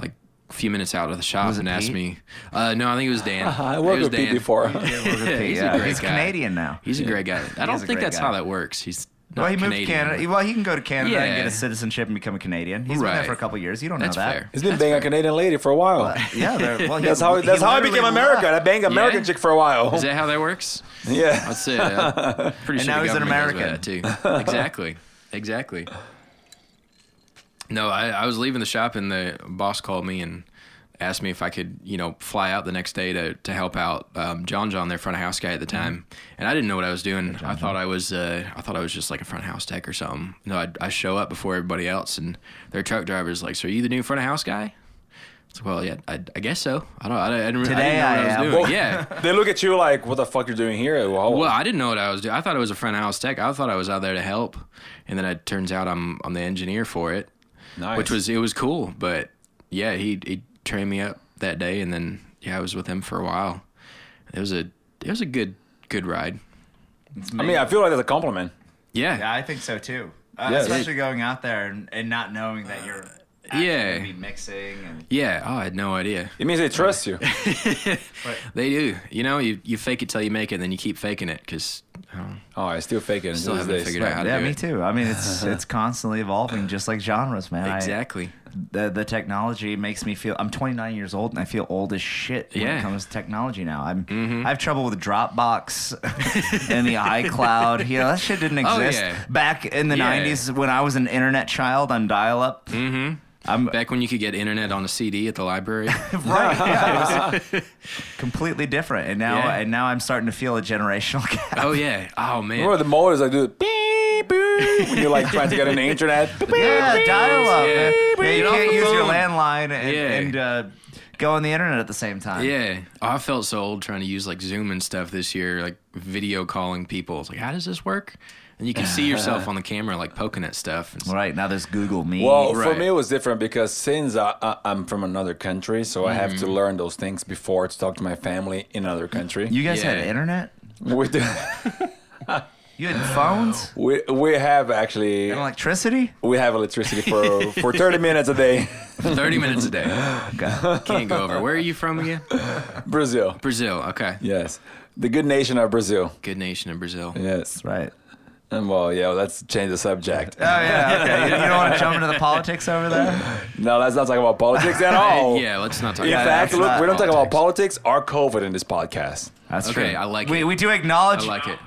S3: like a few minutes out of the shop
S2: it
S3: and asked
S2: Pete?
S3: me. Uh, no, I think it was Dan.
S1: I
S3: It
S1: worked
S3: was
S1: with Pete
S3: Dan.
S1: before.
S2: Okay,
S3: he's a
S2: yeah,
S3: great
S2: uh, he's
S3: guy.
S2: Canadian now.
S3: He's a great guy. I don't
S2: a
S3: think
S2: great
S3: that's
S2: guy.
S3: how that works. He's not
S2: Well, he moved
S3: Canadian,
S2: to Canada. Well, he can go to Canada and
S3: Yeah.
S2: get a citizenship and become a Canadian. He's been there
S3: Right.
S2: for a couple years. You don't
S3: That's
S2: know that.
S3: fair.
S1: He's been banging a Canadian lady for a while.
S2: Yeah, they're- well, he-
S1: that's how
S2: he
S1: that's how I
S2: literally
S1: became American.
S2: left.
S1: I banged an American
S3: Yeah?
S1: chick for a while.
S3: Is that how that works?
S1: yeah.
S3: I'd say. Uh,
S2: And
S3: pretty sure
S2: now
S3: the
S2: he's an
S3: government knows about that, too. exactly. Exactly. No, I, I was leaving the shop and the boss called me and asked me if I could, you know, fly out the next day to, to help out um, John John, their front of house guy at the
S2: Mm-hmm.
S3: time. And I didn't know what I was doing. I thought I was uh, I thought I was just like a front of house tech or something. No, I I show up before everybody else and their truck driver's like, "So are you the new front of house guy?" It's like, well, yeah, I, I guess so. I don't. I, didn't, I
S2: Today
S3: didn't know what
S2: I
S3: I was
S2: am.
S3: doing.
S1: Well,
S3: yeah,
S1: They look at you like, "What the fuck you're doing here?" Well,
S3: well, I didn't know what I was doing. I thought it was a front of house tech. I thought I was out there to help, and then it turns out I'm I'm the engineer for it,
S1: nice.
S3: which was it was cool. But yeah, he he trained me up that day, and then yeah, I was with him for a while. It was a it was a good good ride.
S1: I mean, I feel like that's a compliment.
S3: Yeah,
S2: Yeah, I think so too. Uh,
S1: Yes.
S2: Especially going out there and, and not knowing that you're actually
S3: Uh, yeah.
S2: gonna be mixing and
S3: yeah. Oh, I had no idea.
S1: It means they trust you.
S3: They do. You know, you you fake it till you make it, and then you keep faking it because
S1: Oh, I still fake it.
S3: Still
S1: until
S3: haven't
S1: these days.
S3: figured out how to
S2: yeah,
S3: do
S2: me
S3: it.
S2: too. I mean, it's it's constantly evolving, just like genres, man. I-
S3: Exactly.
S2: the the technology makes me feel. I'm 29 years old and I feel old as shit when
S3: Yeah. Mm-hmm.
S2: it comes to technology now. I'm I have trouble with Dropbox and the iCloud. You know, that shit didn't
S3: Oh,
S2: exist
S3: yeah.
S2: back in the
S3: Yeah. Mm.
S2: 90s when I was an internet child on dial-up.
S3: Back when you could get internet on a CD at the library.
S2: Right. Yeah, it was completely different. And now
S3: Yeah.
S2: and now I'm starting to feel a generational gap.
S3: oh yeah. Oh man.
S1: Remember the motors that do the beep, beep, when you're like trying to get an internet.
S2: Yeah, dial up.
S3: Yeah.
S2: Yeah. you
S3: Get off
S2: can't
S3: the
S2: use your
S3: phone.
S2: landline and,
S3: Yeah.
S2: and uh, go on the internet at the same time.
S3: Yeah. Oh, I felt so old trying to use like Zoom and stuff this year, like video calling people. It's like, how does this work? And you can see yourself on the camera, like poking at stuff. It's-
S2: Right now, there's Google Meet.
S1: Well, for
S3: Right.
S1: me it was different because since I, I, I'm from another country, so I
S3: Mm-hmm.
S1: have to learn those things before to talk to my family in another country.
S2: you guys had
S3: Yeah.
S2: internet.
S1: we, do,
S2: You had phones
S1: we we have actually
S2: and electricity.
S1: we have electricity for for 30 minutes a day.
S3: 30 minutes a day. Can't go over. Where are you from again?
S1: Brazil,
S3: Brazil. Okay.
S1: yes, the good nation of Brazil.
S3: Good nation of Brazil.
S1: Yes,
S2: Right.
S1: and well, yeah, let's change the subject.
S2: Oh yeah. Okay. You don't want to jump into the politics over there.
S1: No, let's not talk about politics at all.
S3: Oh. Yeah, let's not talk
S1: In
S3: about
S1: fact,
S2: that's
S1: look,
S2: not
S1: we don't talk about politics or COVID in this podcast.
S2: That's
S3: Okay,
S2: true.
S3: I like
S2: we,
S3: it.
S2: We do acknowledge.
S3: I like it.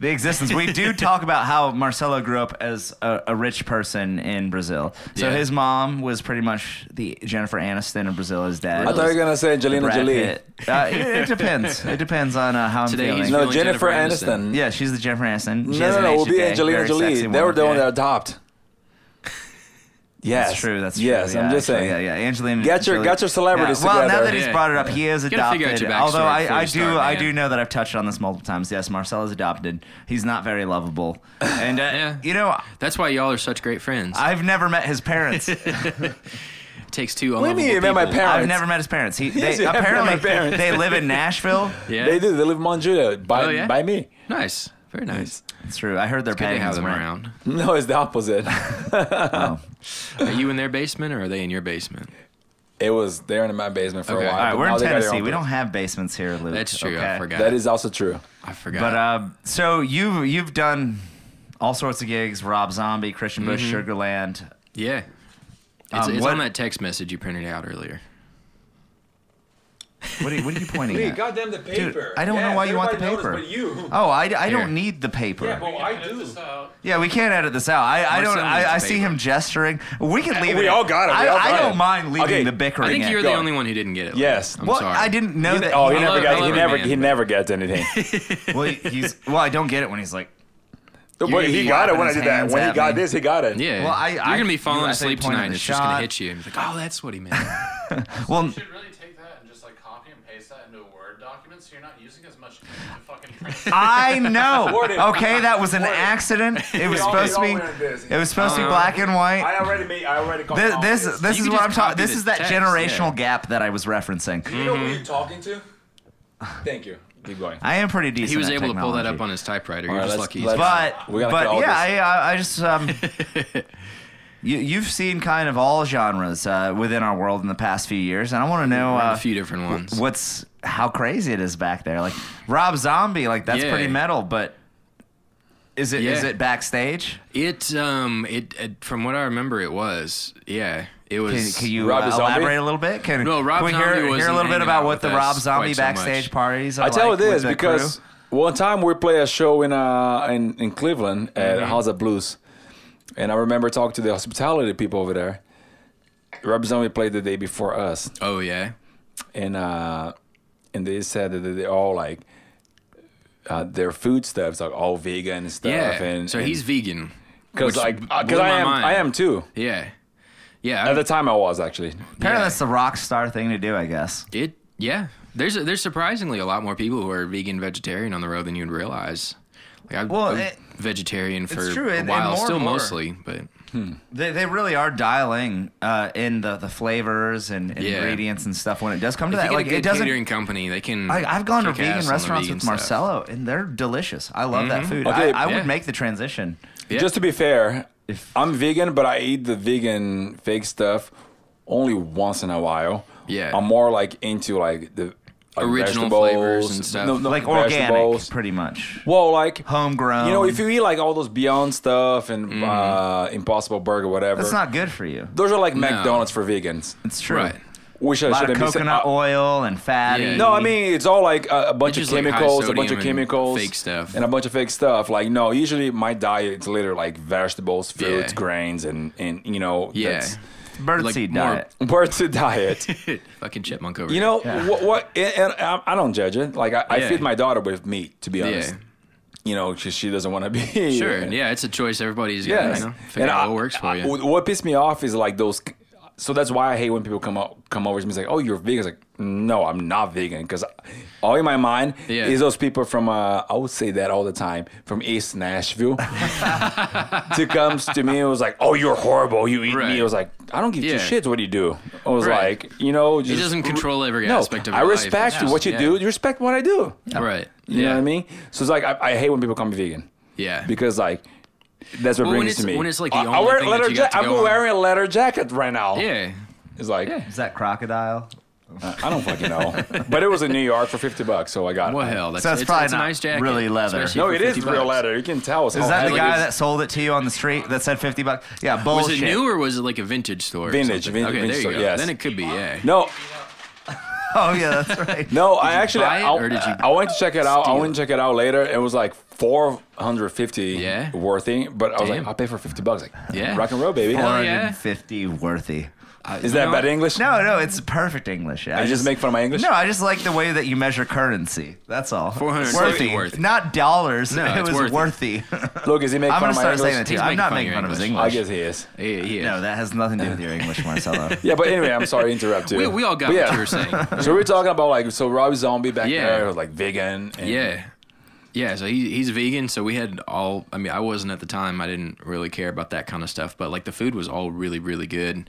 S2: The existence. We do talk about how Marcelo grew up as a, a rich person in Brazil. So
S3: Yeah.
S2: his mom was pretty much the Jennifer Aniston of Brazil. His dad.
S1: I thought you were gonna say
S2: was
S1: Angelina
S2: Brad
S1: Jolie.
S2: Pitt. Uh, it, it depends. It depends on uh, how I'm
S3: Today he's
S2: feeling.
S1: No,
S3: Feeling
S1: Jennifer
S3: Jennifer
S1: Aniston.
S3: Aniston.
S2: yeah, she's the Jennifer Aniston. She
S1: No, no,
S2: hasn't
S1: no.
S2: aged
S1: We'll
S2: a
S1: be
S2: day.
S1: Angelina
S2: Very sexy
S1: Jolie. They were
S2: woman.
S1: the one
S2: Yeah.
S1: that adopt. Yes,
S2: That's true. That's true.
S1: yes. I'm
S2: yeah,
S1: just
S2: actually,
S1: saying.
S2: Yeah, yeah. Angelina.
S1: Get your-
S2: Jolie.
S1: get your celebrities
S2: yeah. Well, now
S1: together.
S2: that he's
S3: Yeah.
S2: brought it up, he is
S3: Gotta figure
S2: adopted.
S3: out your backstory
S2: Although I,
S3: before
S2: I
S3: you
S2: do,
S3: start,
S2: I
S3: man.
S2: do know that I've touched on this multiple times. Yes, Marcel is adopted. He's not very lovable, and uh,
S3: Yeah.
S2: you know,
S3: That's why y'all are such great friends.
S2: I've never met his parents.
S3: it takes two
S1: What do you
S3: unlovable
S1: mean you met my
S3: people.
S1: parents?
S2: I've never met his parents. He
S1: Yes,
S2: they,
S1: you have met
S2: apparently
S1: my parents.
S2: they live in Nashville.
S3: Yeah.
S1: They do. They live in Montjuic by
S3: Oh, yeah?
S1: by me.
S3: Nice. Very nice.
S2: It's true. I heard they're
S3: Good to
S2: paying
S3: have
S2: his
S3: them
S2: rent.
S3: around.
S1: No, it's the opposite.
S3: Are you in their basement or are they in your basement?
S1: it was there in my basement for
S3: Okay.
S1: a while.
S3: All
S2: All
S1: but
S2: right, we're
S1: now
S2: in
S1: they got their
S2: Tennessee.
S1: own
S2: We don't
S1: place.
S2: have basements here, Luke.
S3: That's true. I
S2: okay?
S3: forgot.
S1: That is also true.
S3: I forgot.
S2: But uh, so you've you've done all sorts of gigs: Rob Zombie, Christian Bush,
S3: Mm-hmm.
S2: Sugarland.
S3: yeah. It's,
S2: Um,
S3: it's
S2: what-
S3: on that text message you printed out earlier.
S2: What are, you- what are you pointing at?
S1: goddamn the
S2: Dude, I don't know why you want the paper. Oh, I, I don't
S3: Here.
S2: need the paper. Yeah,
S1: I do.
S4: uh,
S2: we can't edit this out. I, I don't.
S3: Marcel needs
S2: I, I
S3: the
S2: see
S3: paper.
S2: him gesturing. We can leave it.
S1: we all got it. We
S2: I,
S1: all got
S2: I don't
S1: it.
S2: mind leaving
S1: Okay,
S2: the
S1: I
S2: bickering.
S3: I think
S2: at-
S3: you're the
S1: Go.
S3: only one who didn't get it.
S1: Yes.
S3: I'm
S2: Well,
S3: sorry.
S2: I didn't know that.
S1: Oh, he
S2: he-
S1: never
S3: love- I
S1: got. He
S3: love it,
S1: never.
S3: man,
S1: He
S3: but-
S1: never gets anything.
S2: well, he's well. I don't get it when he's like.
S1: But he
S3: you
S1: got it when I
S2: his
S1: did that.
S2: hands
S1: When he
S2: at
S1: got
S2: me.
S1: this, he got it.
S3: Yeah.
S2: Well, I-
S3: You're
S2: I-
S3: gonna be
S2: you
S3: falling
S2: actually
S3: asleep
S2: pointed
S3: tonight.
S2: the
S3: It's just gonna
S2: shot.
S3: hit you. And it's like, oh, that's what he meant.
S2: Well,
S4: You should really take that and just like copy and paste that into a Word document so you're not using as much ink to fucking print.
S2: I know.
S1: Worded.
S2: Okay, that was an
S1: Worded.
S2: accident. It was
S1: all-
S2: supposed
S1: we all
S2: to be.
S1: went this.
S2: It was supposed to be
S3: Uh,
S2: black and white.
S1: I already made. I already. got
S2: This
S1: all
S2: this, this
S3: You
S2: is
S3: can
S2: what
S3: just
S2: I'm talking.
S3: copy
S2: This
S3: the
S2: is that
S3: text,
S2: generational
S3: yeah.
S2: gap that I was referencing.
S1: You know who you're talking to? Thank you. Keep going.
S2: I am pretty decent.
S3: He was
S2: at
S3: able to pull that
S2: technology.
S3: up on his typewriter.
S1: All
S3: You're
S1: right,
S3: just
S1: let's-
S3: lucky.
S1: let's-
S2: But
S1: We gotta cut
S2: but
S1: all
S2: yeah,
S1: this.
S2: I, I I just um, you you've seen kind of all genres uh, within our world in the past few years, and I want to know
S3: Around
S2: uh,
S3: a few different ones.
S2: What's how crazy it is back there? Like Rob Zombie, like that's
S3: Yeah.
S2: pretty metal, but is it is
S3: Yeah.
S2: it backstage?
S3: It um it, it from what I remember it was yeah it
S2: Can,
S3: was
S2: can you
S1: Rob
S2: uh,
S1: Zombie?
S2: elaborate a little bit? Can,
S3: No, Rob
S2: can we hear,
S3: Zombie
S2: hear a
S3: wasn't
S2: little bit
S3: hanging
S2: about
S3: out
S2: what the
S3: with
S2: Rob
S3: us
S2: Zombie
S3: quite so much.
S2: backstage parties are
S1: I tell
S2: like
S1: you
S2: with
S1: this
S2: the
S1: because
S2: crew?
S1: one time we play a show in uh in, in Cleveland at
S2: Mm-hmm.
S1: House of Blues, and I remember talking to the hospitality people over there. Rob Zombie played the day before us,
S3: oh yeah
S1: and uh, and they said that they all like uh, their food stuffs like all vegan and stuff.
S3: yeah
S1: and
S3: so he's vegan
S1: because
S3: which uh,
S1: like because
S3: blew
S1: I
S3: my
S1: am
S3: mind.
S1: I am too.
S3: yeah yeah
S1: At
S3: I-
S1: the time I was actually.
S2: apparently
S3: yeah.
S2: that's the rock star thing to do, I guess.
S3: it yeah there's there's surprisingly a lot more people who are vegan vegetarian on the road than you'd realize like I,
S2: Well,
S3: I'm
S2: it-
S3: vegetarian for
S2: true, and-
S3: a
S2: and
S3: while
S2: more and
S3: still
S2: more.
S3: mostly but
S2: They, they really are dialing uh, in the, the flavors and, and
S3: Yeah.
S2: ingredients and stuff when it does come to
S3: if you
S2: that.
S3: get
S2: Like
S3: a good
S2: it doesn't.
S3: catering company they can
S2: Like I've gone to
S3: kick ass on
S2: vegan
S3: the
S2: restaurants
S3: vegan
S2: with
S3: stuff. Mm-hmm.
S2: Marcelo, and they're delicious. I love that food.
S1: Okay,
S2: I, I
S3: yeah.
S2: would make the transition.
S3: Yeah.
S1: Just to be fair,
S2: If-
S1: I'm vegan, but I eat the vegan fake stuff only once in a while.
S3: Yeah.
S1: I'm more like into like the like
S3: Original
S1: vegetables.
S3: flavors and stuff.
S1: No, no,
S2: Like organic, Um,
S1: vegetables.
S2: pretty much.
S1: Well, like
S2: Homegrown.
S1: You know, if you eat like all those Beyond stuff and
S3: Mm-hmm.
S1: uh, Impossible Burger, whatever,
S2: That's not good for you.
S1: those are like McDonald's for vegans.
S2: It's true.
S3: right
S1: We should
S2: A lot
S1: should
S2: of coconut oil and fatty.
S3: uh, Yeah.
S1: No, I mean it's all like a, a bunch
S3: Which
S1: of
S3: is, like, high
S1: chemicals, a bunch
S3: sodium
S1: of
S3: and
S1: chemicals,
S3: fake stuff.
S1: and a bunch of fake stuff. Like no, usually my diet is literally like vegetables, fruits,
S3: Yeah.
S1: grains, and and you know,
S3: yeah
S1: that's-
S2: birdseed
S3: like more-
S2: diet.
S1: Birds to diet.
S3: fucking chipmunk over
S1: You
S3: here.
S1: know what? What? And, and I, I don't judge it. Like I, I
S3: Yeah.
S1: feed my daughter with meat, to be honest.
S3: Yeah.
S1: You know, she, she doesn't want to be.
S3: sure yeah it's a choice everybody's got
S1: Yes.
S3: you know figure out what works for
S1: I-
S3: you
S1: What pissed me off is like those. So that's why I hate when people come up, come over to me and say, "Oh, you're vegan." It's like, no, I'm not vegan because all in my mind
S3: Yeah.
S1: is those people from. Uh, I would say that all the time from East Nashville to comes to me and was like, "Oh, you're horrible. You eat me."
S3: Right.
S1: I was like, "I don't give two
S3: Yeah.
S1: shits what do you do." I was
S3: Right.
S1: like, you know, just,
S3: it doesn't control every
S1: no,
S3: aspect of
S1: I
S3: your life.
S1: respect
S3: It's
S1: what you
S3: just-
S1: do. You respect what I do.
S3: yeah. right
S1: You
S3: yeah
S1: know what I mean? So it's like I, I hate when people come vegan
S3: yeah
S1: because like that's what
S3: Well, when
S1: brings it to
S3: it's-
S1: me.
S3: when it's, like, the
S1: I- I
S3: only
S1: wear
S3: thing that
S1: leather
S3: you got to
S1: I'm
S3: go on.
S1: wearing a leather jacket right now.
S3: yeah
S1: it's like
S2: Is that crocodile?
S3: Oh,
S1: I don't fucking know, but it was in New York for fifty bucks, so I got.
S3: well
S1: it.
S3: hell that's,
S2: So it's
S3: it's,
S2: probably
S3: it's a
S2: not
S3: nice jacket
S2: really leather.
S3: especially
S1: No,
S3: for
S1: it is
S3: 50
S1: real
S3: bucks.
S1: leather. You can tell. It's
S2: Is that the
S3: like
S2: guy
S3: it's-
S2: that sold it to you on the street that said fifty bucks? Yeah,
S3: Was
S2: bullshit.
S3: it new or was it like a vintage store? or
S1: Vintage,
S3: something?
S1: vin-
S3: Okay,
S1: vintage
S3: there
S1: store,
S3: you go.
S1: yes.
S3: Then it could be, yeah.
S1: No,
S2: Oh yeah, that's right.
S1: no. I actually,
S3: buy it,
S1: I,
S3: or did you
S1: I went to check it out. I
S3: steal
S1: went to check it out later. It was like four hundred fifty
S3: Yeah.
S1: worthy, but I was like,
S3: Damn.
S1: I'll pay for fifty bucks. Like,
S3: Yeah.
S1: rock and roll, baby.
S3: Hell
S2: Four
S3: Oh, yeah.
S2: hundred and fifty worthy.
S1: Is that bad English?
S2: No, no, it's perfect English. I,
S1: I just make fun of my English.
S2: No, I just like the way that you measure currency. That's all.
S3: 450 worth.
S2: Not dollars.
S3: No,
S2: it
S3: it's
S2: was worthy.
S3: worthy.
S2: I'm
S1: Look, is he making fun
S2: gonna
S1: of my
S2: start
S1: English?
S2: saying that too.
S3: He's
S2: I'm
S3: making
S2: not
S3: fun of
S2: making
S3: your
S2: fun of his
S3: English.
S2: English.
S1: I guess he is.
S3: Yeah, yeah.
S2: No, that has nothing to do with your English, Marcelo.
S1: Yeah, but anyway, I'm sorry to interrupt you.
S3: we, we all got
S1: But
S3: what
S1: yeah.
S3: you were saying.
S1: So we're talking about like so Rob Zombie back
S3: Yeah.
S1: there was like vegan. And
S3: Yeah. Yeah, so he, he's vegan, so we had all. I mean, I wasn't at the time. I didn't really care about that kind of stuff, but like the food was all really, really good.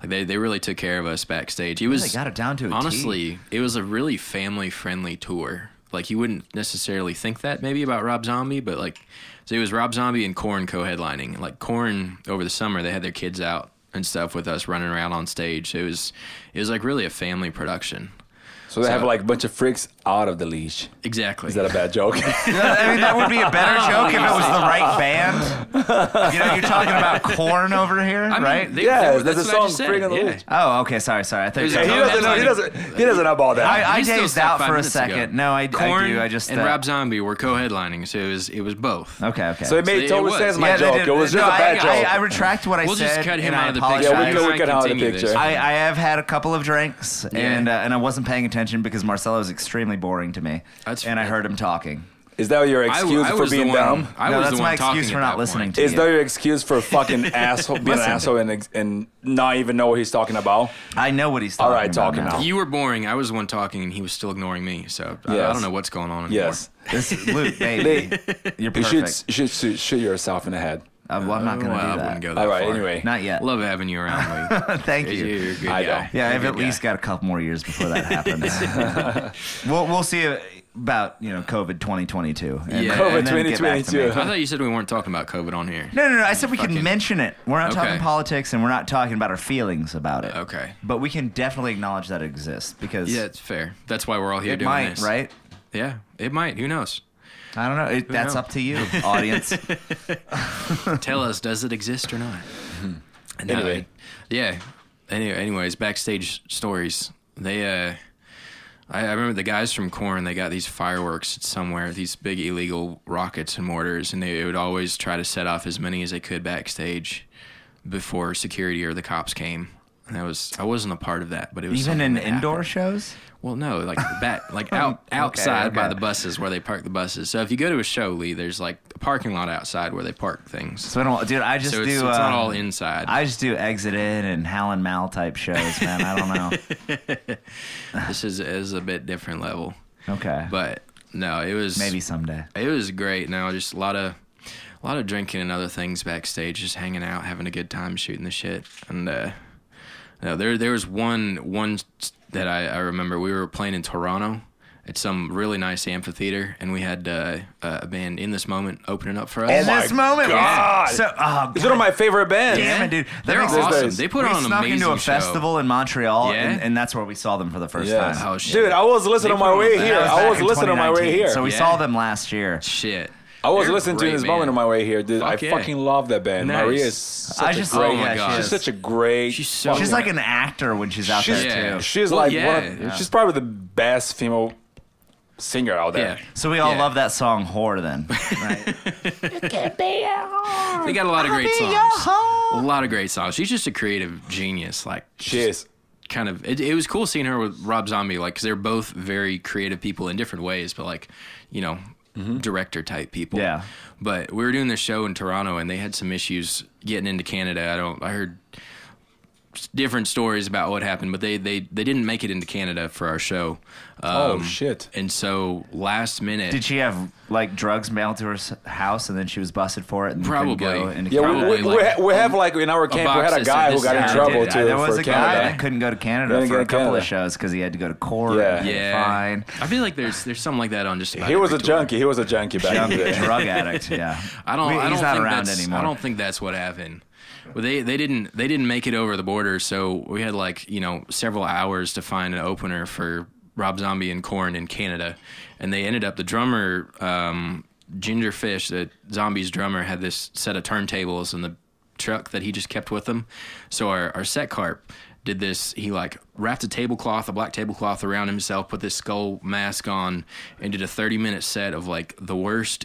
S3: Like they, they really took care of us backstage. It was
S2: got it down to a T.
S3: honestly, it was a really family friendly tour. Like you wouldn't necessarily think that maybe about Rob Zombie, but like so it was Rob Zombie and Korn co-headlining. Like Korn over the summer, they had their kids out and stuff with us running around on stage. So it was it was like really a family production.
S1: So they have like a bunch of freaks out of the leash.
S3: Exactly.
S1: Is that a bad joke?
S2: I mean, that would be a better joke if it was the right band. You know, you're talking about corn over here,
S3: I mean,
S2: right?
S3: they-
S1: Yes,
S3: they were-
S1: there's
S3: that's
S1: a
S3: what I
S1: song,
S3: just said,
S1: Freak on the Loose.
S2: oh, okay. Sorry, sorry. I thought
S3: There's
S2: you
S3: a
S1: he
S3: Yeah,
S1: doesn't know. He doesn't. He doesn't know about that.
S2: I, I
S3: You still
S2: dazed
S3: stopped
S2: out
S3: five
S2: for a
S3: minutes ago.
S2: second. No, I, I
S3: Korn
S2: do. I just
S3: and
S2: uh,
S3: Rob Zombie were co-headlining, so it was it was both.
S2: Okay, okay.
S1: so it made
S3: it
S1: total
S3: was.
S1: sense. My
S2: yeah, they
S1: joke.
S2: did-
S1: It was just
S2: no,
S1: a bad
S2: I,
S1: joke.
S2: I, I retract what I
S3: We'll
S2: said.
S3: just cut him
S2: and I
S3: out of the
S2: apologize.
S3: picture.
S1: Yeah, we could- we could out of the
S3: Continue this.
S1: picture.
S2: I, I have had a couple of drinks and uh, and I wasn't paying attention because Marcelo is extremely boring to me.
S3: That's-
S2: and I heard him talking.
S1: Is that your
S3: I,
S1: excuse
S3: I
S1: for
S3: was the
S1: being
S3: one,
S1: dumb?
S3: I
S2: no,
S3: was
S2: that's
S3: the one
S2: my excuse
S3: talking
S2: for
S3: at
S2: not
S3: that
S2: listening
S3: point.
S2: to
S1: Is
S2: you.
S1: that your excuse for fucking asshole being an
S2: Listen.
S1: asshole and ex- and not even know what he's talking about?
S2: I know what he's talking
S1: right,
S2: about.
S1: talking
S2: now.
S1: now.
S3: You were boring. I was the one talking, and he was still ignoring me. So I- I,
S1: Yes.
S3: don't know what's going on anymore.
S1: Yes.
S2: This Luke, baby. You're
S1: You should
S2: perfect.
S1: should shoot, shoot yourself in the head.
S2: Uh, well, I'm not going to
S3: Oh, Well,
S2: do
S3: I
S2: that.
S3: wouldn't go that
S1: All right.
S3: far.
S1: Anyway,
S2: Not yet.
S3: Love having you around, Lee.
S2: Thank you.
S3: You're a good
S1: I
S3: guy.
S1: know.
S2: Yeah,
S3: You're
S2: I've
S3: a
S2: at
S3: good
S2: least
S3: guy.
S2: got a couple more years before that happens. we'll we'll see about you know COVID 2022. and-
S3: Yeah.
S2: and then
S1: COVID
S2: get back to
S1: 2022.
S2: me.
S3: I thought you said we weren't talking about COVID on here.
S2: No, no, no. I said we can mention it. We're not talking
S3: Okay.
S2: politics, and we're not talking about our feelings about it.
S3: Okay.
S2: But we can definitely acknowledge that it exists because
S3: Yeah, it's fair. That's why we're all here
S2: it
S3: doing
S2: might,
S3: this.
S2: right?
S3: Yeah, it might. Who knows?
S2: I don't know. It, that's
S3: knows?
S2: up to you, audience.
S3: Tell us, does it exist or not?
S2: Hmm.
S3: And, uh,
S1: Anyway.
S3: yeah. Anyway, anyways, backstage stories. They, uh, I, I remember the guys from Corn. They got these fireworks somewhere, these big illegal rockets and mortars, and they would always try to set off as many as they could backstage before security or the cops came. And I was, I wasn't a part of that, but it was
S2: Even
S3: something
S2: in
S3: that
S2: indoor
S3: happened.
S2: shows.
S3: Well, no, like the back, like out
S2: Okay,
S3: outside by
S2: okay.
S3: the buses where they park the buses. So if you go to a show, Lee, there's like a parking lot outside where they park things.
S2: So I don't, dude. I just
S3: So
S2: do.
S3: it's, it's
S2: uh,
S3: not all inside.
S2: I just do exit in and Hal and Mal type shows, man. I don't know.
S3: this is is a bit different level,
S2: Okay,
S3: but no, it was
S2: maybe someday.
S3: it was great. No, just a lot of a lot of drinking and other things backstage, just hanging out, having a good time, shooting the shit. And uh, no, there there was one one that I, I remember. We were playing in Toronto at some really nice amphitheater, and we had uh, a band in this moment opening up for us.
S2: In
S1: Oh my
S2: this moment, we-
S1: God.
S2: so oh,
S1: It's one of my favorite bands.
S2: damn it, dude. That
S3: They're
S2: makes
S1: sense.
S3: awesome.
S1: Those days.
S3: They put
S2: we
S3: on an
S2: snuck
S3: amazing
S2: into a
S3: show.
S2: festival in Montreal,
S3: Yeah?
S2: and, and that's where we saw them for the first
S1: Yes.
S2: time.
S3: Oh, shit.
S1: Dude, I was listening on
S3: They
S1: my
S3: put
S1: way
S3: on-
S1: here.
S3: that was
S1: I
S2: back
S1: was
S2: in
S1: listening on my way
S2: 2019.
S1: here.
S2: So we
S3: Yeah.
S2: saw them last year.
S3: Shit.
S1: I was
S3: They're
S1: listening to
S3: great,
S1: this moment
S3: man.
S1: on my way here, dude.
S3: Fuck
S1: I
S3: yeah.
S1: fucking love that band.
S3: Nice.
S1: Maria is such
S2: I
S1: a
S2: just
S1: great.
S3: Oh my
S2: yeah,
S3: God.
S1: she's
S2: She's,
S1: such a great.
S3: She's so-
S2: she's like an actor when she's out
S1: she's,
S2: there too.
S3: Yeah.
S1: she's
S3: Well,
S1: like
S3: yeah.
S1: one of, she's probably the best female singer out there.
S3: Yeah.
S2: So we all
S3: Yeah.
S2: love that song "Whore." Then, right?
S3: They got a lot of great
S2: Be your
S3: songs.
S2: whore.
S3: A lot of great songs. She's just a creative genius. Like
S1: She is.
S3: kind of it, it was cool seeing her with Rob Zombie like cuz they're both very creative people in different ways but like you know director type people.
S2: Mm-hmm. Yeah.
S3: But we were doing this show in Toronto and they had some issues getting into Canada. I don't I heard s- different stories about what happened but they they they didn't make it into Canada for our show.
S1: Oh
S3: Um,
S1: shit!
S3: And so last minute
S2: Did she have like drugs mailed to her s- house, and then she was busted for it? And couldn't
S3: Probably.
S2: go into
S1: Yeah, we,
S3: Probably
S1: we,
S3: like
S1: we, ha- we have like in our camp, we
S3: box
S1: had a
S3: that
S1: guy
S3: said
S1: who
S3: this
S1: got in
S3: is
S1: trouble
S3: Canada.
S1: too
S2: there was
S1: for
S2: a guy
S1: Canada.
S2: that couldn't go to Canada
S1: Couldn't
S2: for
S1: go
S2: a
S1: to
S2: couple of
S1: Canada.
S2: shows because he had to go to court.
S1: Yeah.
S2: and
S3: Yeah.
S2: fine.
S3: I feel like there's there's something like that on just about
S1: He was
S3: every
S1: a
S3: tour.
S1: junkie. He was a junkie back in the
S2: Junkie,
S1: day.
S2: drug addict. Yeah,
S3: I don't.
S2: We-
S3: I
S2: he's
S3: don't
S2: not
S3: think
S2: around
S3: that's,
S2: anymore.
S3: I don't think that's what happened. Well, they they didn't they didn't make it over the border, so we had like you know several hours to find an opener for Rob Zombie and Corn in Canada, and they ended up the drummer um, Ginger Fish, the Zombies drummer, had this set of turntables in the truck that he just kept with him. So our our set carp did this. He like wrapped a tablecloth, a black tablecloth around himself, put this skull mask on, and did a 30 minute set of like the worst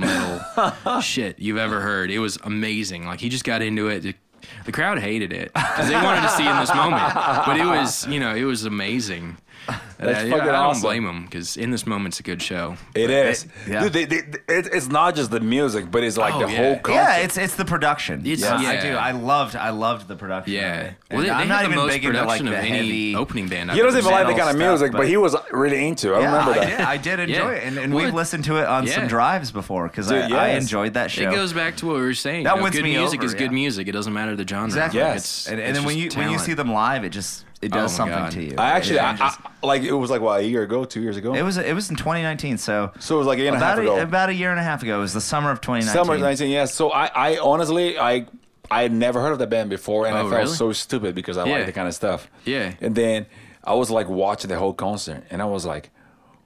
S3: metal shit you've ever heard. It was amazing. Like he just got into it. The crowd hated it because they wanted to see in this moment, but it was you know it was amazing.
S1: That's
S3: I, I
S1: fucking
S3: don't
S1: awesome.
S3: blame him because in this moment's a good show.
S1: It is,
S2: yeah.
S1: dude. They, they, it, it's not just the music, but it's like
S3: Oh,
S1: the
S3: yeah.
S1: whole concert.
S2: yeah. It's it's the production.
S3: It's-
S2: yeah, I
S3: yeah.
S2: do. I loved I loved the production. of
S3: Yeah,
S2: it. And
S3: they- they
S2: I'm
S3: had
S2: not
S3: the
S2: even
S3: most
S2: big into like
S3: production
S2: the
S3: of any Oh,
S2: heavy
S3: opening band. I've
S1: He doesn't
S3: ever
S1: even like
S3: seen.
S1: the kind of
S2: stuff,
S1: music, but,
S2: but-
S1: he was really into. it. I
S2: Yeah,
S1: remember
S2: I
S1: that.
S2: did. I did enjoy
S3: Yeah.
S2: it, and, and
S3: Well,
S2: we've listened to it on some
S3: yeah.
S2: drives before because I,
S1: Dude,
S2: I
S1: yes.
S2: enjoyed that show.
S3: It goes back to what we were saying.
S2: That
S3: you know,
S2: wins
S3: good
S2: me
S3: music
S2: over,
S3: is good
S2: yeah.
S3: music. It doesn't matter the genre.
S2: Exactly.
S1: Yes.
S3: It's,
S2: and, and
S3: it's
S2: then when
S3: just
S2: you when you
S3: talent.
S2: see them live, it just it
S3: Oh
S2: does
S3: my
S2: something
S3: God.
S2: to you.
S1: I actually,
S2: It
S1: I,
S2: changes.
S1: I, like it was like what a year ago, two years ago.
S2: it was it was in 2019, so
S1: so it was like a year and a half
S2: about
S1: ago.
S2: a, about a year and a half ago. It was the summer of 2019.
S1: Summer nineteen, yeah. So I, I honestly, I, I had never heard of the band before, and I
S3: Oh,
S1: felt
S3: really?
S1: so stupid because I
S3: Yeah.
S1: like that kind of stuff.
S3: Yeah.
S1: And then I was like watching the whole concert, and I was like,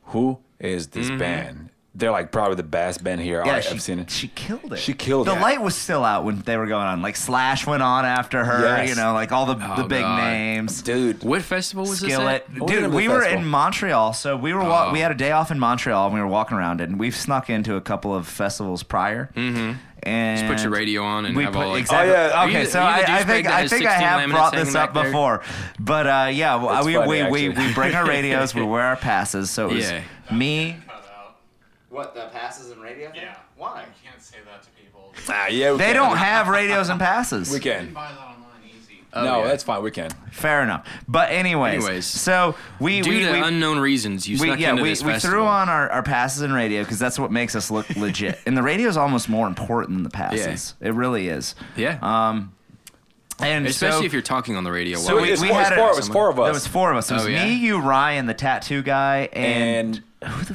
S1: "Who is this band? They're like probably the best band here
S2: Mm-hmm. Yeah,
S1: I,
S2: she,
S1: have seen." It.
S2: she killed it.
S1: She killed
S2: the
S1: it.
S2: light was still out when they were going on. Like Slash went on after her.
S1: Yes.
S2: You know, like all the the
S3: Oh,
S2: big
S3: God.
S2: names.
S1: Dude,
S3: What festival was
S2: Skillet,
S3: this? at?
S1: What was it
S2: dude.
S1: in the
S2: We were
S1: festival?
S2: in Montreal, so we were wa-
S3: Oh.
S2: we had a day off in Montreal, and we were walking around, and we've snuck into a couple of festivals prior. Mm-hmm. And
S3: Just put your radio on and
S2: we
S3: have
S2: put-
S3: all like,
S2: exactly.
S1: Oh, yeah. Are
S2: Okay,
S3: you the-
S2: so
S3: are
S2: I,
S3: you the
S2: I
S3: douchebag
S2: think
S3: that
S2: I
S3: has
S2: think I
S3: 16
S2: have
S3: laminates
S2: brought
S3: hanging
S2: this up
S3: back there?
S2: before, but uh, yeah, well,
S1: That's
S2: we
S1: funny,
S2: we, we
S1: actually.
S2: we bring our radios, we wear our passes, so it was
S3: Yeah.
S2: me.
S4: Cut out.
S2: What the passes and radio?
S4: Yeah. You can't say that to people.
S1: ah, yeah, we
S2: They
S1: can.
S2: don't have radios and passes.
S1: We
S4: You can
S1: can.
S4: buy that online easy.
S2: Oh,
S1: no,
S3: yeah.
S1: that's fine. We can.
S2: Fair enough. But anyways,
S3: Anyways.
S2: so we
S3: Due
S2: we,
S3: to
S2: we,
S3: unknown reasons, you
S2: we-
S3: snuck
S2: yeah
S3: into
S2: we,
S3: this
S2: we
S3: festival.
S2: threw on our, our passes in radio because that's what makes us look legit. And the radio is almost more important than the passes. It really is.
S3: Yeah.
S2: And
S3: Especially
S2: so,
S3: if you're talking on the radio.
S1: So
S3: Why-
S2: we-
S1: it's,
S2: we
S1: four, it's
S2: had it-
S1: four, it's four of us.
S2: There was four of us. It was
S3: Oh, yeah.
S2: me, you, Ryan, the tattoo guy, and,
S1: and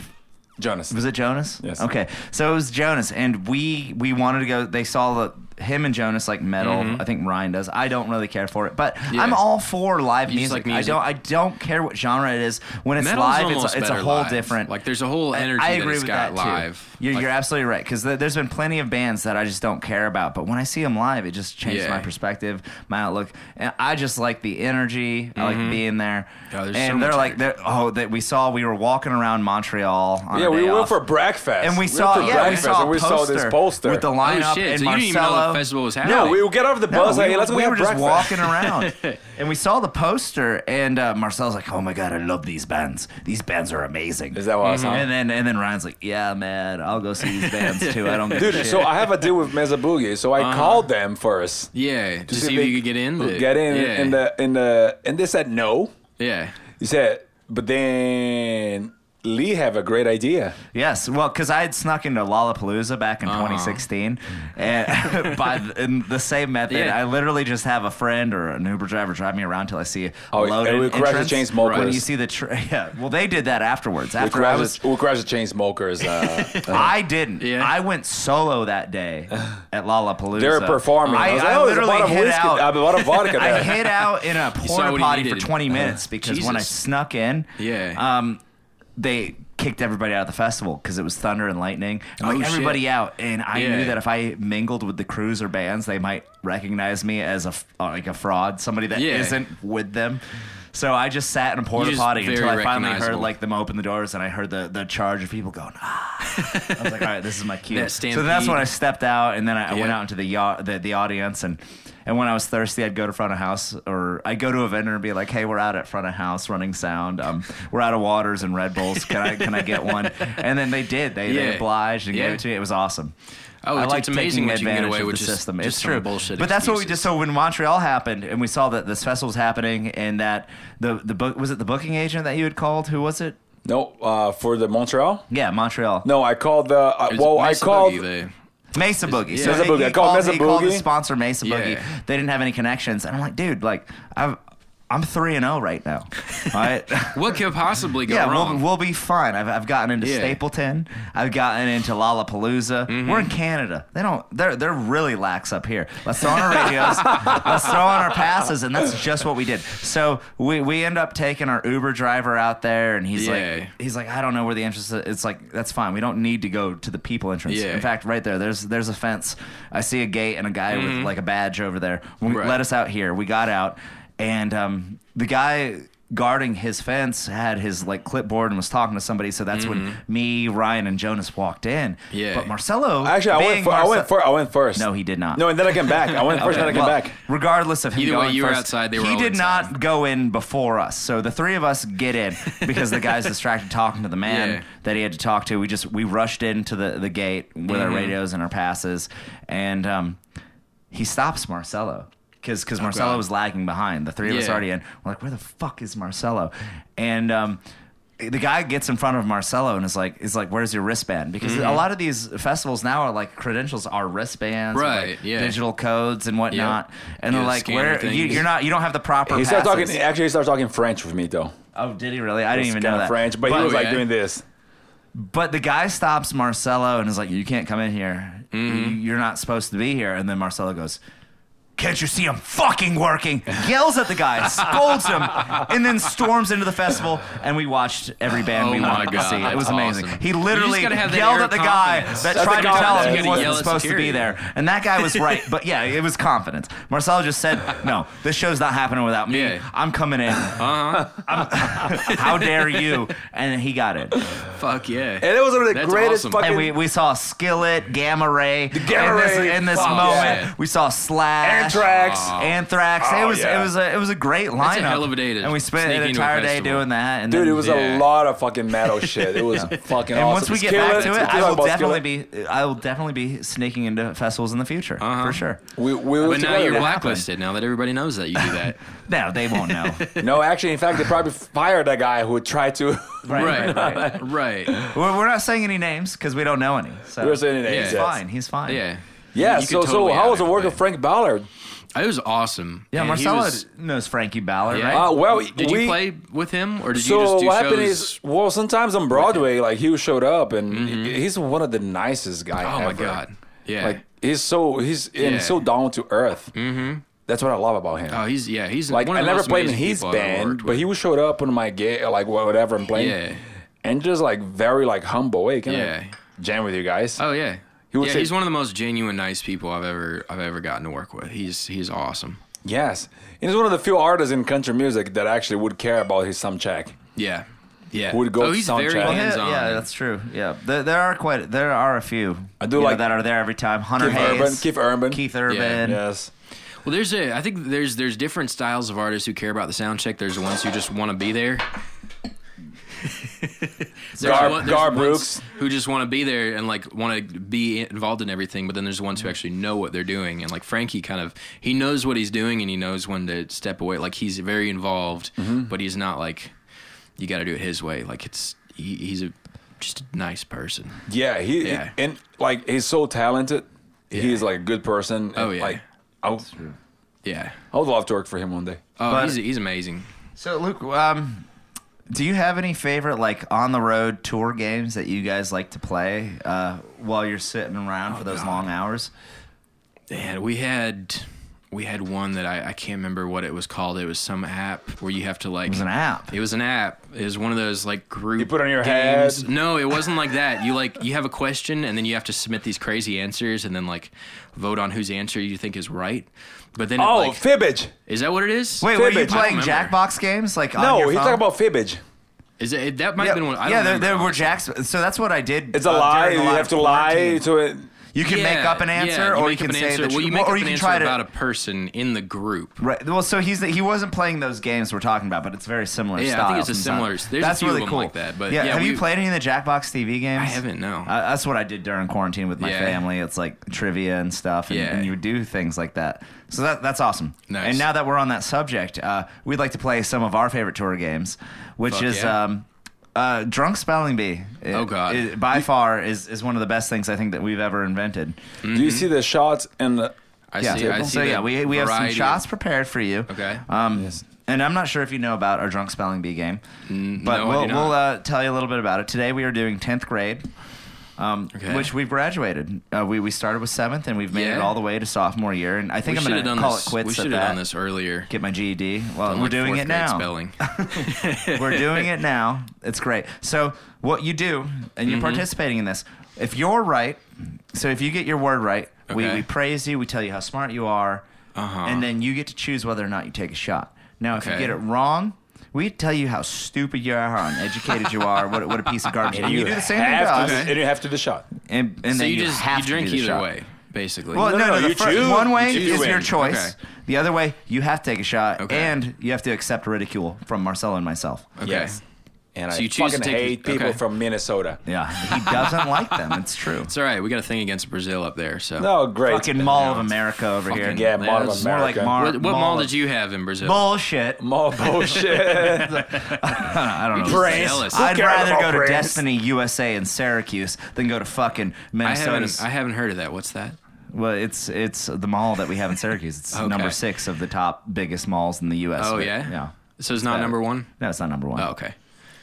S1: Jonas.
S2: was it Jonas?
S1: Yes.
S2: Okay, so it was Jonas, and we we wanted to go. They saw the him and Jonas like metal. I think Ryan does. I don't really care for it, but
S3: Mm-hmm. Yeah.
S2: I'm all for live
S3: You just
S2: music.
S3: like
S2: I
S3: music.
S2: don't I don't care what genre it is. When it's
S3: Metal's
S2: live,
S3: almost
S2: it's it's a
S3: better
S2: whole
S3: live.
S2: different.
S3: Like there's a whole energy
S2: I agree
S3: that it's
S2: with
S3: got
S2: that
S3: live.
S2: too. You're,
S3: Like,
S2: you're absolutely right because th- there's been plenty of bands that I just don't care about, but when I see them live, it just changes
S3: Yeah.
S2: my perspective, my outlook, and I just like the energy. I like being there.
S3: Mm-hmm. Yeah, there's
S2: and
S3: so
S2: they're
S3: much
S2: like, they're, oh, that we saw. We were walking around Montreal. On
S1: yeah,
S2: a day
S1: we were
S2: off.
S1: for breakfast.
S2: And we
S1: were
S2: saw,
S1: for
S2: yeah, we
S1: breakfast,
S2: saw, a
S1: and we saw this poster.
S2: with the lineup
S3: Oh, shit,
S2: and
S3: so you
S2: Marcelo.
S3: didn't even know the festival was happening.
S1: no, we would get off the
S2: No,
S1: bus. like, hey,
S2: we, were-
S1: let's go
S2: we
S1: have
S2: were just
S1: breakfast.
S2: walking around, and we saw the poster, and uh, Marcel's like, "Oh my god, I love these bands. These bands are amazing."
S1: Is that what I saw?
S2: And then and then Ryan's like, "Yeah, man, I'll go see these bands too. I don't give a
S1: Dude,
S2: shit."
S1: so I have a deal with Mesa Boogie, so
S2: Uh-huh.
S1: I called them first.
S3: yeah. To
S1: to
S3: see,
S1: see
S3: if
S1: they
S3: you could get in. the-
S1: Get in,
S3: Yeah.
S1: in the in the and they said no.
S3: yeah.
S1: He said, but then Lee have a great idea.
S2: yes, well, because I had snuck into Lollapalooza back
S1: Uh-huh.
S2: in 2016, and by the, in the same method,
S3: Yeah.
S2: I literally just have a friend or an Uber driver drive me around till I see a
S1: Oh, and
S2: loaded
S1: we crash the
S2: entrance.
S1: chain smokers.
S2: When you see the tra- yeah, well, they did that afterwards.
S1: We
S2: After I was
S1: crashed, we crashed the chain smokers. Uh, uh,
S2: I didn't.
S3: Yeah.
S2: I went solo that day at Lollapalooza.
S1: they were performing.
S2: I,
S1: I, was
S2: I
S1: like, oh, there's a
S2: literally
S1: bottle of
S2: hid
S1: whiskey.
S2: out.
S1: uh, A bottle of vodka
S2: I
S1: there.
S2: hid out in a
S3: saw what
S2: porta
S3: he
S2: potty for
S3: needed.
S2: 20 minutes because when I
S3: Jesus.
S2: snuck in,
S3: Yeah.
S2: um, they kicked everybody out of the festival because it was thunder and lightning. And
S3: Oh,
S2: like everybody
S3: shit.
S2: out, and I
S3: Yeah.
S2: knew that if I mingled with the crews or bands, they might recognize me as a f- uh, like a fraud, somebody that
S3: Yeah.
S2: not with them. So I just sat in a porta
S3: just
S2: potty until
S3: very
S2: I finally heard
S3: recognizable.
S2: like them open the doors and I heard the, the charge of people going, ah. I was like, all right, this is my cue.
S3: That
S2: So then that's
S3: stampede.
S2: when I stepped out, and then I, I went
S3: Yeah.
S2: out into the, yard, the the audience, and and when I was thirsty, I'd go to front of house, or I'd go to a vendor and be like, "Hey, we're out at front of house running sound. Um, we're out of waters and Red Bulls. Can I can I get one?" And then they did. They,
S3: Yeah.
S2: they obliged and
S3: Yeah.
S2: gave it to me. It was awesome.
S3: Oh,
S2: I
S3: it's,
S2: like
S3: it's
S2: taking
S3: amazing what you can get
S2: advantage
S3: away
S2: of
S3: with
S2: the
S3: just,
S2: system.
S3: just
S2: it's
S3: some
S2: true.
S3: bullshit.
S2: But that's what we did.
S3: excuses.
S2: So when Montreal happened, and we saw that this festival was happening, and that the the book was it the booking agent that you had called? Who was it?
S1: no, uh, for the Montreal.
S2: Yeah, Montreal.
S1: No, I called the. Uh,
S3: It was
S1: well, I
S3: Mesa Boogie,
S1: called.
S3: the-
S2: Mesa Boogie.
S3: Yeah.
S2: So
S1: Mesa
S2: he-
S1: Boogie.
S2: He
S1: I called
S2: called,
S1: Mesa
S2: he called the
S1: Boogie.
S2: sponsor Mesa Boogie.
S3: Yeah.
S2: They didn't have any connections, and I'm like, dude, like I've, I'm three and zero right now. All right.
S3: What could possibly go
S2: Yeah,
S3: wrong?
S2: we'll, we'll be fine. I've, I've gotten into
S3: Yeah. Mm-hmm.
S2: Stapleton. I've gotten into Lollapalooza. We're in Canada. They don't. They're they're really lax up here. Let's throw on our radios. let's throw on our passes, and that's just what we did. So we we end up taking our Uber driver out there, and he's
S3: Yeah.
S2: like he's like I don't know where the entrance. is. It's like that's fine. We don't need to go to the people entrance.
S3: Yeah.
S2: In fact, right there, there's there's a fence. I see a gate and a guy
S1: Mm-hmm.
S2: with like a badge over there. We-
S3: Right.
S2: Let us out here. We got out, and um, the guy guarding his fence had his like clipboard and was talking to somebody. So that's when
S1: Mm-hmm.
S2: me, Ryan, and Jonas walked in.
S3: Yeah.
S2: But Marcelo,
S1: Actually, I
S2: being
S1: went. For, I
S2: Marce-
S1: went. For, I went first.
S2: No, he did not.
S1: No, and then I came back. I went first,
S2: Okay,
S1: and then I came
S2: well,
S1: back.
S2: Regardless of him
S3: Either way,
S2: going
S3: you were
S2: first,
S3: outside, they were
S2: he
S3: all
S2: did
S3: inside.
S2: not go in before us. So the three of us get in because the guy's distracted talking to the man
S3: Yeah.
S2: that he had to talk to. We just we rushed into the the gate with
S3: Mm-hmm.
S2: our radios and our passes, and um, he stops Marcelo. Because Marcelo
S3: Oh, God.
S2: was lagging behind. The three of us
S3: Yeah.
S2: already in. We're like, where the fuck is Marcelo? And um, the guy gets in front of Marcelo and is like, is like, where's your wristband? Because
S3: Mm-hmm.
S2: a lot of these festivals now are like credentials are wristbands, and, like,
S3: Right, yeah.
S2: digital codes and whatnot. And
S3: Yeah,
S2: they're like,
S3: scanner
S2: where you,
S3: things.
S2: you're not, you don't have the proper.
S1: He started
S2: passes.
S1: talking. Actually, he started talking French with me though.
S2: Oh, did he really? I didn't even
S1: Kinda
S2: know that.
S1: French, but, he
S2: But-
S1: was like
S3: Okay.
S1: doing this.
S2: But the guy stops Marcelo and is like, "You can't come in here.
S3: Mm-hmm.
S2: You- You're not supposed to be here." And then Marcelo goes, "Can't you see I'm fucking working?" Yells at the guy, scolds him, and then storms into the festival. And we watched every band
S3: Oh
S2: we
S3: my
S2: wanted to
S3: God,
S2: see. It was
S3: that's
S2: amazing.
S3: awesome.
S2: He
S3: You just
S2: literally
S3: gotta have that
S2: yelled
S3: air
S2: at the
S3: of
S2: guy
S3: confidence.
S2: that
S3: That's
S2: tried
S1: the
S2: to tell
S1: confidence. You
S2: him he
S1: gotta
S2: wasn't
S3: yell at
S2: supposed to be
S3: security.
S2: there, and that guy was right. But yeah, it was confidence. Marcelo just said, "No, this show's not happening without me.
S3: Yeah. Uh-huh.
S2: I'm coming in. I'm- How dare you?" And he got it.
S3: Fuck yeah.
S1: And it was one of the
S3: That's
S1: greatest
S3: awesome.
S1: fucking.
S2: And we, we saw Skillet, Gamma Ray.
S1: Gamma
S2: in this,
S1: Ray,
S2: in this
S1: fuck
S2: moment,
S3: yeah.
S2: we saw Slash.
S1: Anthrax.
S2: Anthrax.
S1: Oh,
S2: it was
S1: yeah.
S2: it was a, it was a great lineup.
S3: hell of a day to
S2: and we spent
S3: sneak
S2: an
S3: into a
S2: entire day
S3: festival.
S2: doing that. And
S1: Dude,
S2: then-
S1: it was
S3: Yeah.
S1: a lot of fucking metal shit. It was fucking
S2: And
S1: awesome.
S2: once we get
S1: Skillet,
S2: back to
S1: we
S2: it,
S1: talk
S2: I will
S1: about
S2: definitely
S1: Skillet.
S2: be I will definitely be sneaking into festivals in the future
S3: Uh-huh.
S2: for sure.
S1: We, we will
S3: But now
S1: together.
S3: you're
S2: that
S3: blacklisted. Now that everybody knows that you do that.
S2: No, they won't know.
S1: No, actually, in fact, they probably fired that guy who tried to.
S2: right, right, right.
S3: right.
S2: We're, we're not saying any names because we don't know any. So
S1: We're saying it
S3: Yeah.
S1: exists.
S2: he's fine. He's fine.
S3: Yeah.
S1: Yeah.
S3: You could
S1: so,
S3: totally
S1: so how
S3: have
S1: was the
S3: it,
S1: work
S3: but-
S1: of Frank Ballard?
S3: It was awesome.
S2: Yeah,
S3: And he
S2: Marcelo
S3: was-
S2: knows Frankie Ballard,
S3: yeah.
S1: Uh,
S2: right?
S1: well,
S3: did
S1: we-
S3: you play with him or did you
S1: So
S3: just do
S1: what happened
S3: shows?
S1: is, well, sometimes on Broadway, like he showed up, and he's one of the nicest guy.
S3: Mm-hmm. oh my
S1: ever.
S3: god. Yeah.
S1: Like he's so he's and
S3: Yeah.
S1: so down to earth. Mm-hmm. That's what I love about him.
S3: oh, he's yeah, he's
S1: like
S3: one
S1: I
S3: of the
S1: never
S3: most
S1: played in
S3: amazing
S1: his
S3: people I've ever worked
S1: band, but
S3: with.
S1: he would showed up on my gig, like wha- whatever I'm playing,
S3: Yeah.
S1: and just like very like humble. Hey, can
S3: Yeah.
S1: I jam with you guys?
S3: Oh yeah.
S1: He would
S3: yeah,
S1: say-
S3: he's one of the most genuine, nice people I've ever I've ever gotten to work with. He's he's awesome.
S1: yes, he's one of the few artists in country music that actually would care about his sound check.
S3: Yeah. Yeah.
S1: Would go
S3: oh, he's
S1: sound
S3: very
S1: check.
S2: Well, yeah,
S3: hands on.
S2: yeah, that's true. Yeah, there, there are quite there are a few. I
S1: do like
S2: that are there every time. Hunter
S1: Keith
S2: Hayes,
S1: Urban, Keith Urban.
S2: Keith Urban.
S1: Yes.
S3: Well, there's a. I think there's there's different styles of artists who care about the sound check. There's the ones who just want to be there. There's the
S1: Gar-
S3: one- there's
S1: Gar
S3: the ones
S1: Brooks.
S3: who just want to be there and like want to be involved in everything. But then there's the ones who actually know what they're doing. And like Frankie, kind of, he knows what he's doing and he knows when to step away. Like he's very involved,
S1: Mm-hmm.
S3: but he's not like you got to do it his way. Like it's he, he's a just a nice person.
S1: Yeah, he, he-
S3: Yeah.
S1: and like he's so talented. He's like a good person. and,
S3: Oh, yeah.
S1: Like I would,
S3: Yeah.
S1: I would love to work for him one day.
S3: Oh,
S2: But-
S3: he's he's amazing.
S2: So Luke, um, do you have any favorite like on the road tour games that you guys like to play uh, while you're sitting
S1: Oh,
S2: around for those long hours?
S3: Man, we had we had one that I, I can't remember what it was called. It was some app where you have to like it
S2: was an app.
S3: It was an app. It was one of those like group. You
S1: put it on your
S3: games.
S1: head.
S3: No, it wasn't like that. You like you have a question and then you have to submit these crazy answers and then like vote on whose answer you think is right. But then it,
S1: Oh,
S3: like,
S1: fibbage.
S3: is that what it is?
S2: Wait, were you
S1: Fibbage. I
S2: playing
S3: don't remember.
S2: Jackbox games like on
S1: No,
S2: your
S1: he's
S2: phone?
S1: talking about fibbage.
S3: is it that might
S2: yeah,
S3: have been one? I don't
S2: yeah, there,
S3: remember,
S2: there were
S3: honestly.
S2: jacks. So that's what I did.
S1: It's a
S2: uh,
S1: lie.
S2: during
S1: You
S2: the lot
S1: have
S2: of
S1: to lie
S2: quarantine.
S1: to it.
S2: You can
S3: Yeah,
S2: make up an
S3: yeah,
S2: answer, or you
S3: make
S2: can
S3: up an
S2: say
S3: answer.
S2: that
S3: well, you make
S2: or
S3: up
S2: you
S3: an
S2: can
S3: answer
S2: try to
S3: about a person in the group.
S2: Right. Well, so he's he wasn't playing those games we're talking about, but it's very similar.
S3: Yeah, I
S2: style
S3: think it's a
S2: from
S3: similar-
S2: time-
S3: there's a
S2: that's
S3: few of
S2: really
S3: them
S2: cool.
S3: like that, but yeah,
S2: have you
S3: we-
S2: played any of the Jackbox TV games?
S3: I haven't, no.
S2: Uh, that's what I did during quarantine with my
S3: Yeah.
S2: family. It's like trivia and stuff, and,
S3: Yeah.
S2: and you do things like that. So that that's awesome.
S3: Nice.
S2: And now that we're on that subject, uh, we'd like to play some of our favorite tour games, which
S3: Fuck
S2: is.
S3: yeah.
S2: Um, uh, drunk spelling bee.
S3: Oh, God.
S2: It- by far is, is one of the best things I think that we've ever invented.
S1: Do
S2: Mm-hmm.
S1: you see the shots and the?
S3: I
S2: Yeah.
S3: see. I see
S2: so yeah,
S3: the
S2: we, we have some
S3: variety of-
S2: shots prepared for you.
S3: Okay.
S2: Um, And I'm not sure if you know about our drunk spelling bee game, but
S3: Mm, no, I
S2: we'll,
S3: do not.
S2: we'll uh, tell you a little bit about it. Today we are doing 10th grade, um,
S3: Okay.
S2: which we've graduated. Uh, we, we started with 7th and we've made it
S3: Yeah.
S2: all the way to sophomore year. And I think
S3: We
S2: I'm
S3: should
S2: going
S3: have
S2: to
S3: done
S2: call
S3: this.
S2: it quits
S3: We
S2: at
S3: should have
S2: that.
S3: done this earlier.
S2: Get my GED. Well, we're
S3: Like
S2: doing
S3: fourth
S2: it
S3: grade
S2: now.
S3: Spelling.
S2: We're doing it now. It's great. So what you do, and you're
S3: Mm-hmm.
S2: participating in this. If you're right, so if you get your word right, we,
S3: Okay.
S2: we praise you. We tell you how smart you are,
S3: Uh-huh.
S2: and then you get to choose whether or not you take a shot. Now, if you
S3: Okay.
S2: get it wrong. We tell you how stupid you are, how uneducated you are, what, what a piece of garbage. And you, do the same thing to
S1: have
S2: us,
S1: to, and you have to do the shot.
S2: and, and
S3: so
S2: then
S3: you,
S2: you,
S3: just
S2: have
S3: you drink
S2: to do the
S3: either
S2: shot.
S3: way, basically.
S2: Well, no, no,
S1: no,
S2: the
S1: you
S2: first-
S1: choose.
S2: One way
S1: You
S2: is your
S1: win.
S2: choice.
S3: Okay.
S2: The other way, you have to take a shot,
S3: Okay.
S2: and you have to accept ridicule from Marcelo and myself.
S3: okay.
S1: Yes. And
S3: So
S1: I
S3: you choose to
S1: fucking
S3: take the-
S1: hate people
S3: okay.
S1: from Minnesota.
S2: Yeah, he doesn't like them. It's true.
S3: It's all right. We got a thing against Brazil up there. So
S1: No, Oh, great.
S2: Fucking Mall of America over here.
S3: Fucking
S1: yeah, Mall of
S3: It's
S1: America.
S2: more like Mar-
S3: What, what mall
S2: Mall-
S3: did you have in Brazil?
S2: Bullshit.
S1: Mall bullshit.
S2: I don't know.
S1: Brains.
S3: jealous.
S1: Who
S2: I'd
S1: cares
S2: rather
S1: about
S2: go to
S1: brains?
S2: Destiny USA in Syracuse than go to fucking
S3: I
S2: Minnesota.
S3: haven't. I haven't heard of that. What's that?
S2: well, it's it's the mall that we have in Syracuse. It's
S3: Okay.
S2: number six of the top biggest malls in the U.S.
S3: Oh
S2: But,
S3: yeah.
S2: yeah.
S3: So it's not
S2: that-
S3: number one.
S2: No, it's not number one.
S3: Oh, okay.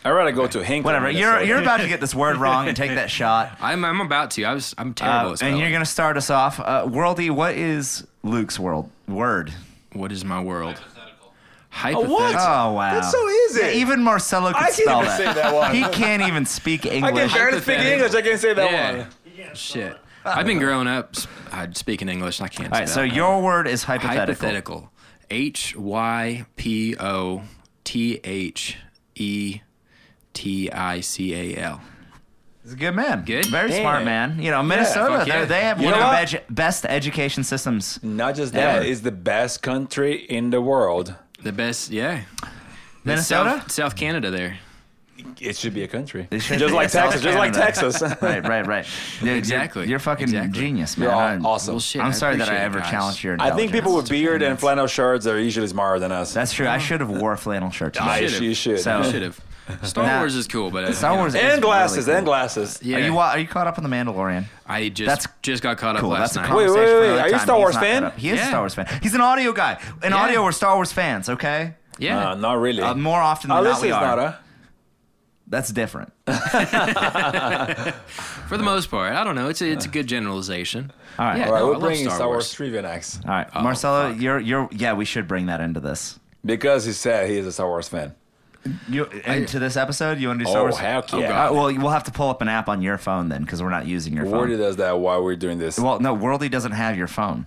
S1: I'd rather go to Hinckley.
S2: Whatever. You're
S1: Minnesota.
S2: you're about to get this word wrong and take that shot.
S3: I'm. I'm about to. I was. I'm terrible.
S2: Uh,
S3: at
S2: and
S3: spelling.
S2: you're gonna start us off. Uh, Worldy, what is Luke's world word?
S3: What is my world?
S4: Hypothetical.
S3: Hypothetical.
S1: what?
S2: Oh wow,
S1: That's so easy.
S2: Yeah, even Marcelo could
S1: I can't
S2: spell
S1: even
S2: that.
S1: say that one.
S2: He can't even speak
S1: I
S2: English.
S1: can barely speak
S3: Hypothetical.
S1: English. I can say that
S3: Yeah.
S1: one.
S3: Shit. I've been growing up s- uh, speaking English. and I can't.
S2: All right, so
S3: spell.
S2: your word is hypothetical.
S3: hypothetical. H y p o t h e t i c a l.
S2: He's a good man.
S3: Good?
S2: Very
S1: Damn.
S2: smart man. You know, Minnesota,
S3: fuck yeah.
S2: they're- they have
S1: You
S2: one of
S1: know
S2: the
S1: what?
S2: best, best education systems.
S1: Not just that,
S2: Ever.
S1: it's the best country in the world.
S3: The best, yeah. That's
S2: Minnesota?
S3: South, South Canada there.
S1: it should be a country.
S2: It should
S1: just
S2: be.
S1: like
S2: It's all
S1: Texas, just like
S2: Canada.
S1: Texas.
S2: right, right, right. Dude, you're-
S3: Exactly.
S2: You're, fucking
S3: Exactly.
S2: genius, man.
S1: You're all
S2: I'm-
S1: awesome.
S3: Well, shit,
S2: I'm
S3: I
S2: sorry that I
S3: appreciate it,
S2: ever
S3: guys.
S2: challenged your
S1: I
S2: intelligence.
S1: think people with beard and flannel shirts are usually smarter than us.
S2: That's true. I should have wore flannel shirts.
S1: I
S3: should've.
S1: you should.
S2: So-
S3: I should have. Star
S2: Oh. Nah.
S3: Wars is cool, but uh,
S2: Star
S3: you know,
S2: Wars is
S1: and glasses,
S2: really Uh,
S1: and glasses.
S3: Yeah,
S2: Are you wa- are you caught up on the Mandalorian?
S3: I just
S2: That's
S3: just got caught up
S2: Cool.
S3: last
S2: That's a
S3: night.
S1: Wait,
S2: conversation
S1: wait,
S2: for
S1: wait, are
S2: another
S1: you a
S2: time.
S1: Star
S2: He's
S1: Wars
S2: not
S1: fan?
S2: caught up. He is a
S3: Yeah.
S2: Star Wars fan. He's an audio guy. In
S3: Yeah.
S2: audio, we're Star Wars fans. Okay.
S3: Yeah,
S1: Uh, not really.
S2: Uh, more often than not,
S1: Alicia's
S2: we are.
S1: not, huh?
S2: That's different.
S3: for the most part, I don't know. It's a, it's a good generalization.
S2: All right.
S3: Yeah,
S1: All right,
S3: no, I
S1: we're
S3: love
S1: bringing
S3: Star
S1: Star Wars
S3: Wars.
S1: trivia next
S2: All right, Marcelo, you're you're yeah. We should bring that into this.
S1: because he said he is a Star Wars fan.
S2: You into this episode? You want to do Star
S1: Oh,
S2: Wars?
S1: heck
S2: All
S1: yeah.
S2: right, well, we'll have to pull up an app on your phone then, because we're not using your phone.
S1: Wardy does that while we're doing this.
S2: well, no, Worldy doesn't have your phone.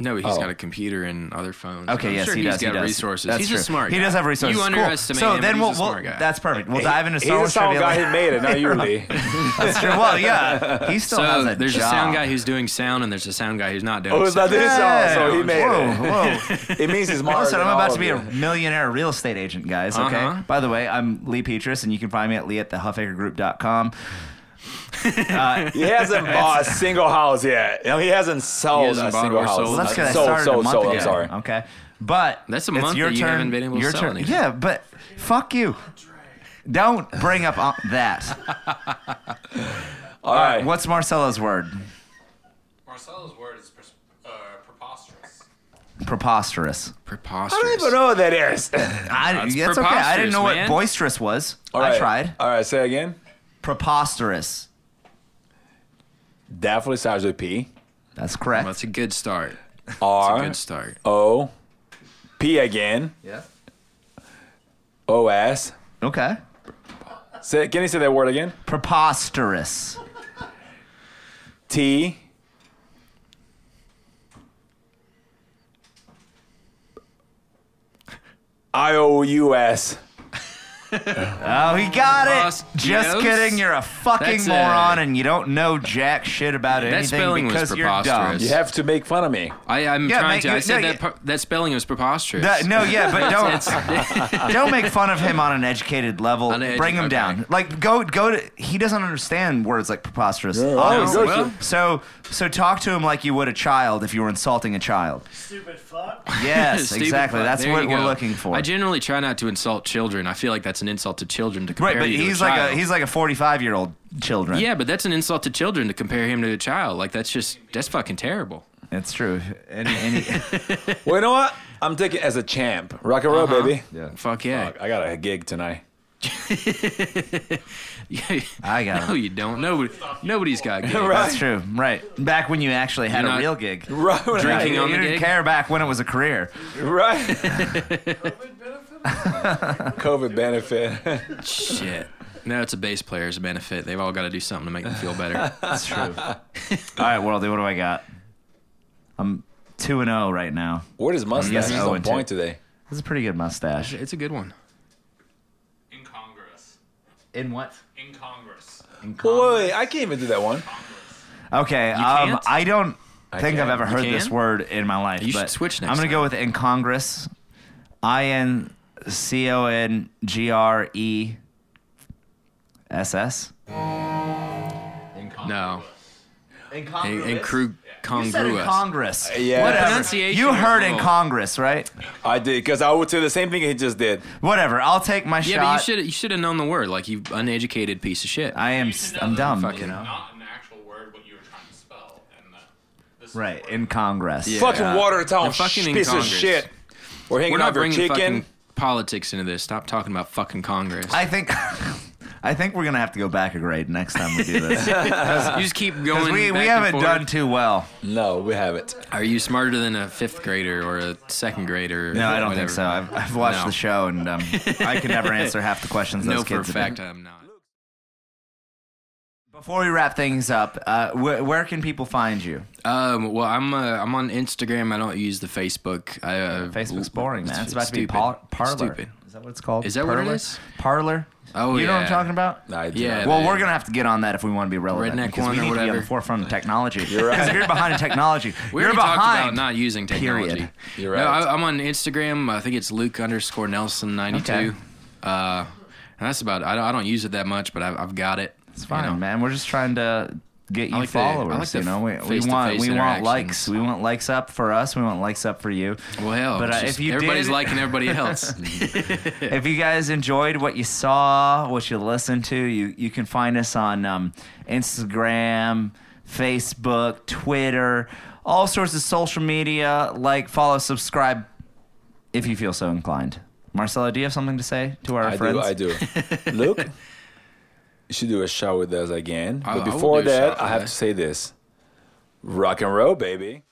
S3: No, he's
S1: Oh.
S3: got a computer and other phones.
S2: Okay,
S3: I'm
S2: yes,
S3: sure
S2: he
S3: has
S2: does.
S3: got
S2: he does.
S3: resources.
S2: That's
S3: he's
S2: true.
S3: a smart.
S2: He
S3: guy.
S2: does have resources.
S3: You
S2: Cool.
S3: underestimate
S2: So
S3: him,
S2: then
S3: but
S2: we'll,
S3: he's a
S2: we'll
S3: smart guy.
S2: that's perfect. We'll
S1: He-
S2: dive into
S1: he's
S2: Star Wars
S1: a sound
S2: trivia.
S1: guy.
S2: later.
S1: He made it, not you, Lee.
S2: That's true. Well, yeah, he still has
S3: So
S2: a
S3: there's
S2: job.
S3: a sound guy who's doing sound, and there's a sound guy who's not doing.
S1: Oh, it's not
S3: sound.
S1: this song, so he made it.
S2: whoa, whoa.
S1: It means he's smarter.
S2: Also,
S1: than
S2: I'm
S1: all
S2: about
S1: of
S2: to be
S1: you.
S2: a millionaire real estate agent, guys. Okay.
S3: Uh-huh.
S2: By the way, I'm Lee Petrus, and you can find me at lee at the huffakergroup.com.
S1: He hasn't bought a single house yet. No, he hasn't sold
S3: hasn't
S1: a
S3: bought
S1: single
S3: or
S1: house.
S3: sold.
S2: Well, that's
S1: Uh,
S2: because I
S1: sold,
S2: started
S1: sold,
S2: a month
S1: sold,
S2: ago.
S1: I'm sorry.
S2: Okay, but
S3: That's a
S2: it's
S3: month
S2: your
S3: that you
S2: turn,
S3: haven't been able to
S2: your
S3: sell
S2: turn.
S3: anything.
S2: Yeah, but fuck you. Don't bring up uh, that.
S1: All right.
S2: What's Marcelo's word?
S4: Marcelo's word is pres- uh, preposterous.
S2: Preposterous.
S3: Preposterous.
S1: I don't even know what that is.
S2: I, that's okay. I didn't
S3: preposterous,
S2: know what
S3: man.
S2: boisterous was.
S1: All right.
S2: I tried.
S1: All right, say again.
S2: Preposterous.
S1: Definitely starts with P.
S2: That's correct.
S3: That's a good start.
S1: R
S3: Good start.
S1: O P again.
S3: Yeah.
S1: O S.
S2: okay.
S1: Say, can you say that word again?
S2: Preposterous.
S1: T. I O U S.
S2: Oh, he got it.
S3: Lost
S2: Just
S3: Geos?
S2: kidding. You're a fucking
S3: That's a-
S2: moron, and you don't know jack shit about anything
S3: spelling was
S2: because you're dumb.
S3: preposterous.
S1: You have to make fun of me.
S3: I, I'm
S2: Yeah,
S3: trying
S2: mate,
S3: to.
S2: you-
S3: I said
S2: no,
S3: that par- that spelling was preposterous.
S2: That- no, yeah, but don't don't make fun of him on an educated level.
S3: On an edu-
S2: Bring him
S3: okay.
S2: down. Like go go to. He doesn't understand words like preposterous.
S1: Oh,
S3: No,
S1: good.
S3: well,
S2: So so talk to him like you would a child if you were insulting a child.
S5: Stupid fuck.
S2: Yes,
S3: Stupid
S2: exactly.
S3: fuck.
S2: That's
S3: There
S2: what
S3: you
S2: we're
S3: go.
S2: looking for.
S3: I generally try not to insult children. I feel like that's an insult to children to compare
S2: right, but
S3: you to
S2: he's like a
S3: child.
S2: he's like a 45 year old children.
S3: yeah, but that's an insult to children to compare him to a child. Like that's just that's fucking terrible.
S2: it's true. Any, any,
S1: Well, you know what? I'm taking it as a champ. Rock and roll, baby.
S3: Fuck yeah.
S1: Fuck, I got a gig tonight.
S2: I got
S3: no,
S2: it.
S3: you don't. Nobody, nobody's got good.
S2: That's true. Right. Back when you actually had
S3: You're
S2: a
S3: not-
S2: real gig.
S1: Right.
S3: Drinking
S2: you
S3: on the
S2: didn't
S3: gig?
S2: care back when it was a career.
S1: Right. COVID benefit.
S3: Shit. No, it's a bass player's benefit. They've all got to do something to make them feel better.
S2: That's true. All right, Worldy, what do I got? I'm 2 and 0 right now.
S1: What is mustache?
S2: Yes,
S1: He's
S2: I
S1: on
S2: went to.
S1: point today.
S2: This is a pretty good mustache.
S3: it's a good one.
S4: Incongruous.
S2: In what?
S4: Incongruous.
S1: Wait, wait, I can't even do that one.
S2: Okay, um,
S3: can't?
S2: I don't think I've
S1: can.
S2: ever heard
S3: can?
S2: this word in my life.
S3: You should
S2: but
S3: switch next
S2: I'm going to go with incongruous. I N C O N G R E S S.
S3: No, and,
S2: Incongruous.
S3: and crew
S2: You said
S3: congruous.
S2: incongruous.
S1: Yeah.
S2: Whatever.
S3: Pronunciation Oh.
S2: You
S3: is
S2: heard
S3: wrong.
S2: incongruous, right?
S1: I did because I would say the same thing he just did.
S2: Whatever. I'll take my
S3: yeah,
S2: shot.
S3: but you should you should have known the word. Like you uneducated piece of shit.
S2: I am. s- I'm dumb.
S3: Fuck
S2: you
S3: it.
S2: know.
S4: Not an actual word, what you were trying to spell. And uh, this is
S2: Right.
S4: the word.
S2: In Congress.
S3: Yeah.
S1: Fucking water town
S3: You're fucking in
S1: piece of
S3: Congress.
S1: shit. We're hanging
S3: We're
S1: out
S3: not
S1: your
S3: bringing
S1: chicken.
S3: fucking politics into this. Stop talking about fucking Congress.
S2: I think. I think we're gonna have to go back a grade next time we do this. 'Cause
S3: you just keep going.
S2: we,
S3: back
S2: we
S3: and
S2: haven't
S3: forth.
S2: done too well.
S1: No, we haven't.
S3: Are you smarter than a fifth grader or a second grader? or
S2: No, I don't
S3: whatever?
S2: think so. I've, I've watched
S3: No.
S2: the show and um, I can never answer half the questions
S3: No,
S2: those
S3: for a
S2: kids have been-
S3: fact, I'm not.
S2: Before we wrap things up, uh, wh- where can people find you?
S3: Um, well, I'm uh, I'm on Instagram. I don't use the Facebook. I, uh,
S2: Facebook's boring, man. It's about to be
S3: stupid.
S2: par- parlor.
S3: Stupid.
S2: Is that what it's called?
S3: Is that what it
S2: Parler?
S3: is?
S2: Parlor.
S3: Oh,
S2: you know what I'm
S3: yeah.
S2: talking about?
S1: I do
S3: Yeah,
S1: not.
S2: Well,
S3: they-
S2: we're gonna have to get on that if we want to be relevant.
S3: Redneck
S2: because
S3: one
S2: we
S3: or
S2: need to be on
S3: whatever.
S2: the forefront of technology. Because if you're behind in technology,
S3: We
S2: you're
S3: already talked about
S2: behind.
S3: not using technology.
S2: Period.
S1: You're
S3: No,
S1: right.
S3: I, I'm on Instagram. I think it's Luke underscore Nelson ninety two.
S2: Okay.
S3: Uh, and that's about. It. I don't, I don't use it that much, but I've, I've got it.
S2: It's fine, man. We're just trying to get you
S3: like the- I
S2: followers.
S3: like the
S2: you know, we, we
S3: face-to-face
S2: want we want
S3: interactions.
S2: likes. We want likes up for us. We want likes up for you.
S3: Well, hell,
S2: But,
S3: it's
S2: uh,
S3: just
S2: if you
S3: everybody's
S2: did-
S3: liking everybody else.
S2: if you guys enjoyed what you saw, what you listened to, you, you can find us on um, Instagram, Facebook, Twitter, all sorts of social media. Like, follow, subscribe if you feel so inclined. Marcelo, do you have something to say to our
S1: I
S2: friends?
S1: do. I do. Luke, you should do a shot with us again.
S3: Uh, I- I
S1: but
S3: will
S1: before
S3: do a
S1: that,
S3: shot
S1: I
S3: with
S1: have to
S3: us.
S1: say this rock and roll, baby.